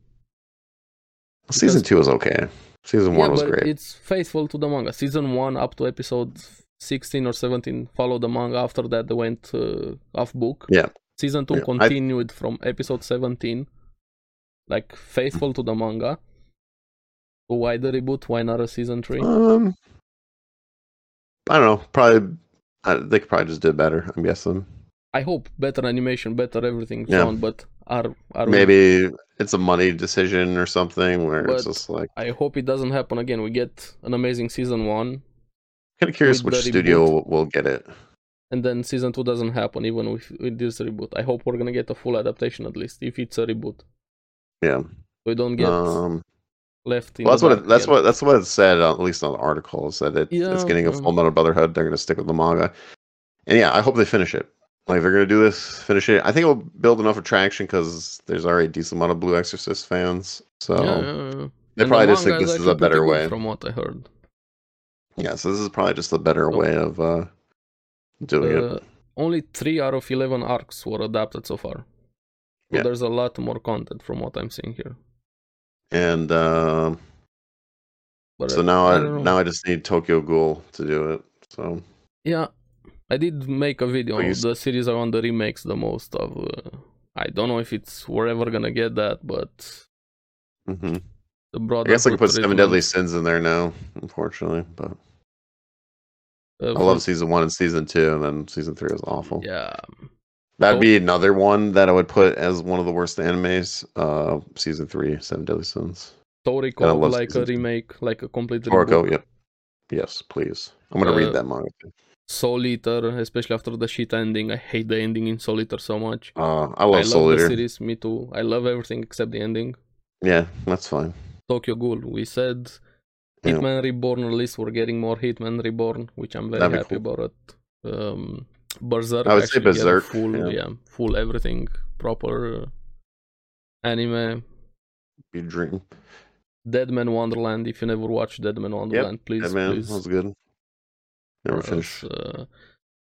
A: season two was okay season one
C: yeah,
A: was
C: but
A: great
C: it's faithful to the manga. Season one up to episode sixteen or seventeen followed the manga. After that, they went uh, off book.
A: Yeah.
C: Season two
A: Yeah, I-
C: continued from episode seventeen, like faithful to the manga. So why the reboot? Why not a season three?
A: Um, I don't know. Probably I, they could probably just do better. I'm guessing.
C: I hope better animation, better everything
A: Yeah.
C: found, but are are we-
A: Maybe it's a money decision or something where it's
C: But-
A: just like.
C: I hope it doesn't happen again. We get an amazing season one,
A: Kind of curious
C: with
A: which
C: the
A: studio
C: reboot.
A: will, will get it.
C: and then season two doesn't happen even with, with this reboot. I hope we're gonna get a full adaptation at least, if it's a reboot.
A: Yeah.
C: We don't get
A: um.
C: left in.
A: Well, that's
C: the
A: what
C: dark
A: it, that's
C: again.
A: what that's what it said uh, at least on the article is that it, it's
C: Yeah,
A: getting a
C: um,
A: full metal brotherhood. They're going to stick with the manga, and yeah, I hope they finish it. Like they're going to do this, finish it. I think it'll build enough attraction because there's already a decent amount of Blue Exorcist fans, so
C: Yeah, yeah, yeah.
A: um, they
C: And the
A: probably just
C: manga
A: think this is
C: actually
A: a better
C: pretty good
A: way.
C: From what I heard,
A: Yeah, so this is probably just a better
C: So-
A: way of uh, doing
C: Uh,
A: it.
C: only three out of eleven arcs were adapted so far. So
A: Yeah.
C: there's a lot more content from what I'm seeing here.
A: And um
C: But
A: so now
C: I
A: I,
C: don't know.
A: now I just need Tokyo Ghoul to do it. So
C: Yeah, I did make a video.
A: Oh, you
C: the series I want the remakes the most of. Uh, I don't know if it's we're ever gonna get that, but
A: hmm I
C: the brother.
A: guess I could put Seven Deadly Sins in there now, unfortunately. But
C: uh,
A: I love season one and season two, and then season three was awful.
C: Yeah,
A: That'd
C: Oh.
A: be another one that I would put as one of the worst animes. Uh, season three, Seven Deadly Sins.
C: Toriko
A: I love
C: like a
A: season two.
C: remake, like a complete
A: Toriko,
C: reboot.
A: yep. Yes, please. I'm gonna
C: Uh,
A: read that manga. too.
C: Soul Eater, especially after the shit ending. I hate the ending in Soul Eater so much.
A: Uh, I
C: I
A: love
C: love
A: Soul
C: the
A: Eater.
C: series, me too. I love everything except the ending.
A: Yeah, that's fine.
C: Tokyo Ghoul, we said.
A: Yeah.
C: Hitman Reborn release, we're getting more Hitman Reborn, which I'm very
A: That'd be
C: happy about it. Um, Berserk,
A: I would say
C: actually get
A: Berserk,
C: full,
A: yeah.
C: full everything, proper uh, anime.
A: You dream.
C: Deadman Wonderland, if you never watched Deadman Wonderland, please,
A: Yeah, man,
C: please.
A: that was good. Never
C: Or
A: finished.
C: else, uh,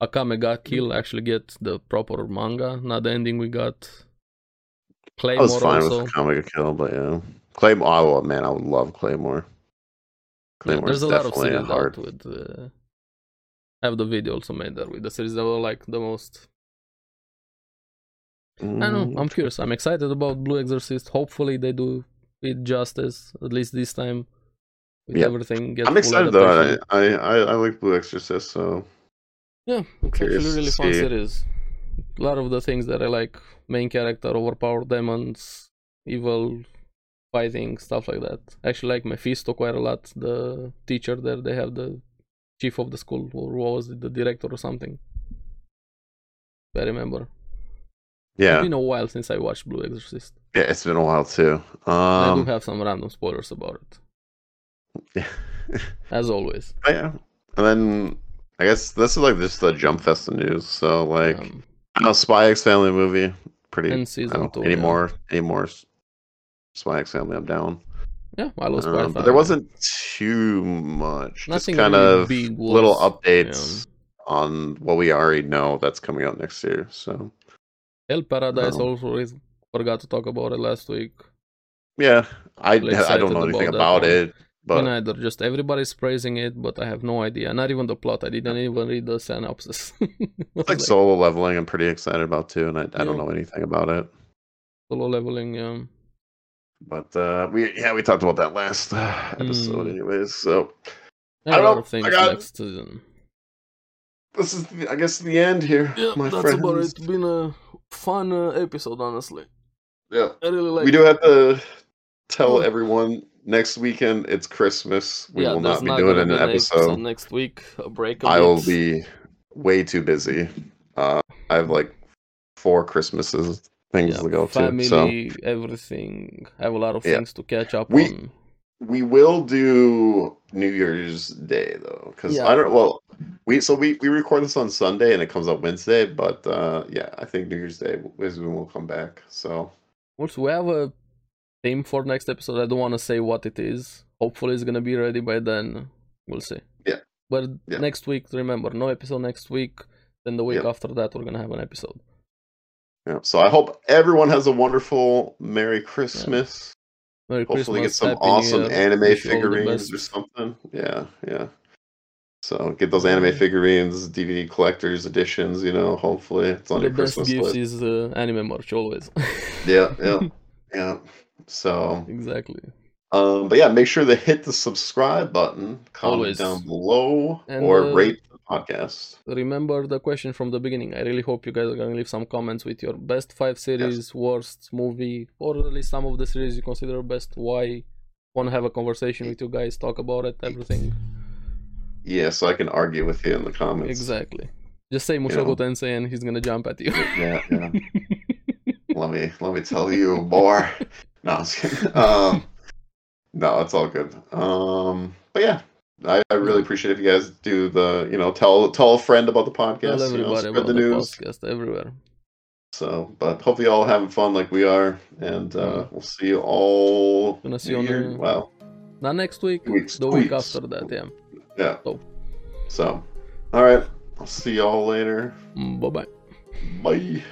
C: Akame ga Kill actually get the proper manga, not the ending we got.
A: I was
C: Claymore
A: fine
C: also.
A: with Comic Kill, but yeah, Claymore. Oh man, I would love Claymore.
C: Yeah,
A: Claymore's
C: there's a lot of
A: definitely
C: series out
A: hard.
C: with. Uh, I have the video also made there with the series that were like the most. I don't
A: Mm.
C: know. I'm
A: Mm-hmm.
C: curious. I'm excited about Blue Exorcist. Hopefully they do it justice at least this time. With
A: Yeah.
C: everything, get
A: I'm
C: full
A: excited though.
C: adaptation.
A: I, I I I like Blue Exorcist, so
C: Yeah,
A: I'm
C: It's
A: curious
C: actually
A: to
C: really fun
A: see.
C: series. A lot of the things that I like: main character, overpowered demons, evil, fighting stuff like that. I actually like Mephisto quite a lot. The teacher there, they have the chief of the school, or what was it, the director or something. If I remember. It's
A: Yeah,
C: been a while since I watched Blue Exorcist.
A: yeah, it's been a while too.
C: I do
A: Um,
C: have some random spoilers about it, as always.
A: yeah, and then I guess this is like just the jump fest of news. So like,
C: Um,
A: I know Spy X Family movie, pretty.
C: and
A: I
C: season
A: don't
C: two.
A: know, any
C: yeah.
A: more, any more Spy X Family. I'm down.
C: Yeah, I lost
A: Um,
C: Wi-Fi.
A: but there wasn't too much.
C: Nothing
A: just kind
C: really
A: of
C: big was-
A: little
C: yeah.
A: updates on what we already know that's coming out next year. So
C: El Paradise.
A: No.
C: Also, is- forgot to talk about it last week.
A: yeah, I
C: Really
A: I don't know
C: excited
A: anything
C: about
A: about,
C: that
A: it, but
C: Me neither. Just everybody's praising it, but I have no idea. Not even the plot. I didn't even read the synopsis. I was
A: like, solo leveling, I'm pretty excited about too, and I, I don't
C: Yeah.
A: know anything about it.
C: solo leveling. um, Yeah.
A: But uh, we yeah we talked about that last uh, episode,
C: Mm.
A: anyways. So
C: There
A: I
C: are a lot
A: don't-
C: of things
A: I got-
C: next season.
A: this is the, I guess the end here,
C: Yeah,
A: my
C: that's
A: friends.
C: about it. Been a fun uh, episode, honestly.
A: Yeah,
C: I really like.
A: we do have to tell
C: Oh.
A: everyone next weekend it's Christmas. We
C: yeah,
A: will
C: there's
A: not be
C: not
A: doing
C: gonna
A: an
C: be
A: episode.
C: next week. A break. a
A: I will
C: bit.
A: be way too busy. Uh, I have like four Christmases things
C: Yeah,
A: to go to.
C: family,
A: So
C: everything. I have a lot of
A: Yeah.
C: things to catch up
A: We-
C: on.
A: we will do New Year's Day though, because
C: Yeah.
A: I don't. Well, we so we we record this on Sunday and it comes out Wednesday. But uh, yeah, I think New Year's Day is when we'll come back. So
C: Also, we have a theme for next episode. I don't want to say what it is. Hopefully, it's gonna be ready by then. We'll see.
A: Yeah.
C: But
A: Yeah.
C: next week, remember, no episode next week. Then the week
A: Yeah.
C: after that, we're gonna have an episode.
A: yeah. So I hope everyone has a wonderful Merry Christmas.
C: Merry
A: Hopefully,
C: Christmas!
A: get some
C: Happy New
A: awesome
C: Year.
A: anime
C: Wish you all the
A: figurines or
C: best.
A: something. Yeah, yeah. So get those anime figurines, DVD collectors editions. You know, hopefully it's on
C: the
A: your
C: best
A: Christmas
C: gifts
A: list.
C: is uh, anime merch always.
A: Yeah, yeah, yeah. So,
C: exactly.
A: um, but yeah, make sure to hit the subscribe button, comment
C: Always.
A: down below,
C: And,
A: or
C: uh,
A: rate the podcast.
C: Remember the question from the beginning. I really hope you guys are gonna leave some comments with your best five series, worst movie, or at least some of the series you consider best. Why? Want to have a conversation with you guys, talk about it, everything.
A: Yeah, so I can argue with you in the comments.
C: Exactly. Just say Mushoku Tensei and he's gonna jump at you.
A: Yeah, yeah. let me let me tell you more. No, I'm just kidding. Um, no, it's all good. Um, but yeah, I, I really appreciate if you guys do the you know tell tell a friend about the
C: Tell
A: podcast, you know,
C: everybody
A: spread
C: about
A: the
C: the,
A: news.
C: podcast everywhere.
A: So, but hopefully, y'all having fun like we are, and uh, we'll see you all.
C: Mm-hmm. Gonna see
A: New
C: you on
A: Year-
C: the-
A: Wow,
C: Not next week,
A: Two weeks,
C: the
A: two
C: week
A: weeks.
C: after that, yeah.
A: yeah.
C: Oh. Mm,
A: So, all right, I'll see y'all later.
C: Bye bye.
A: Bye.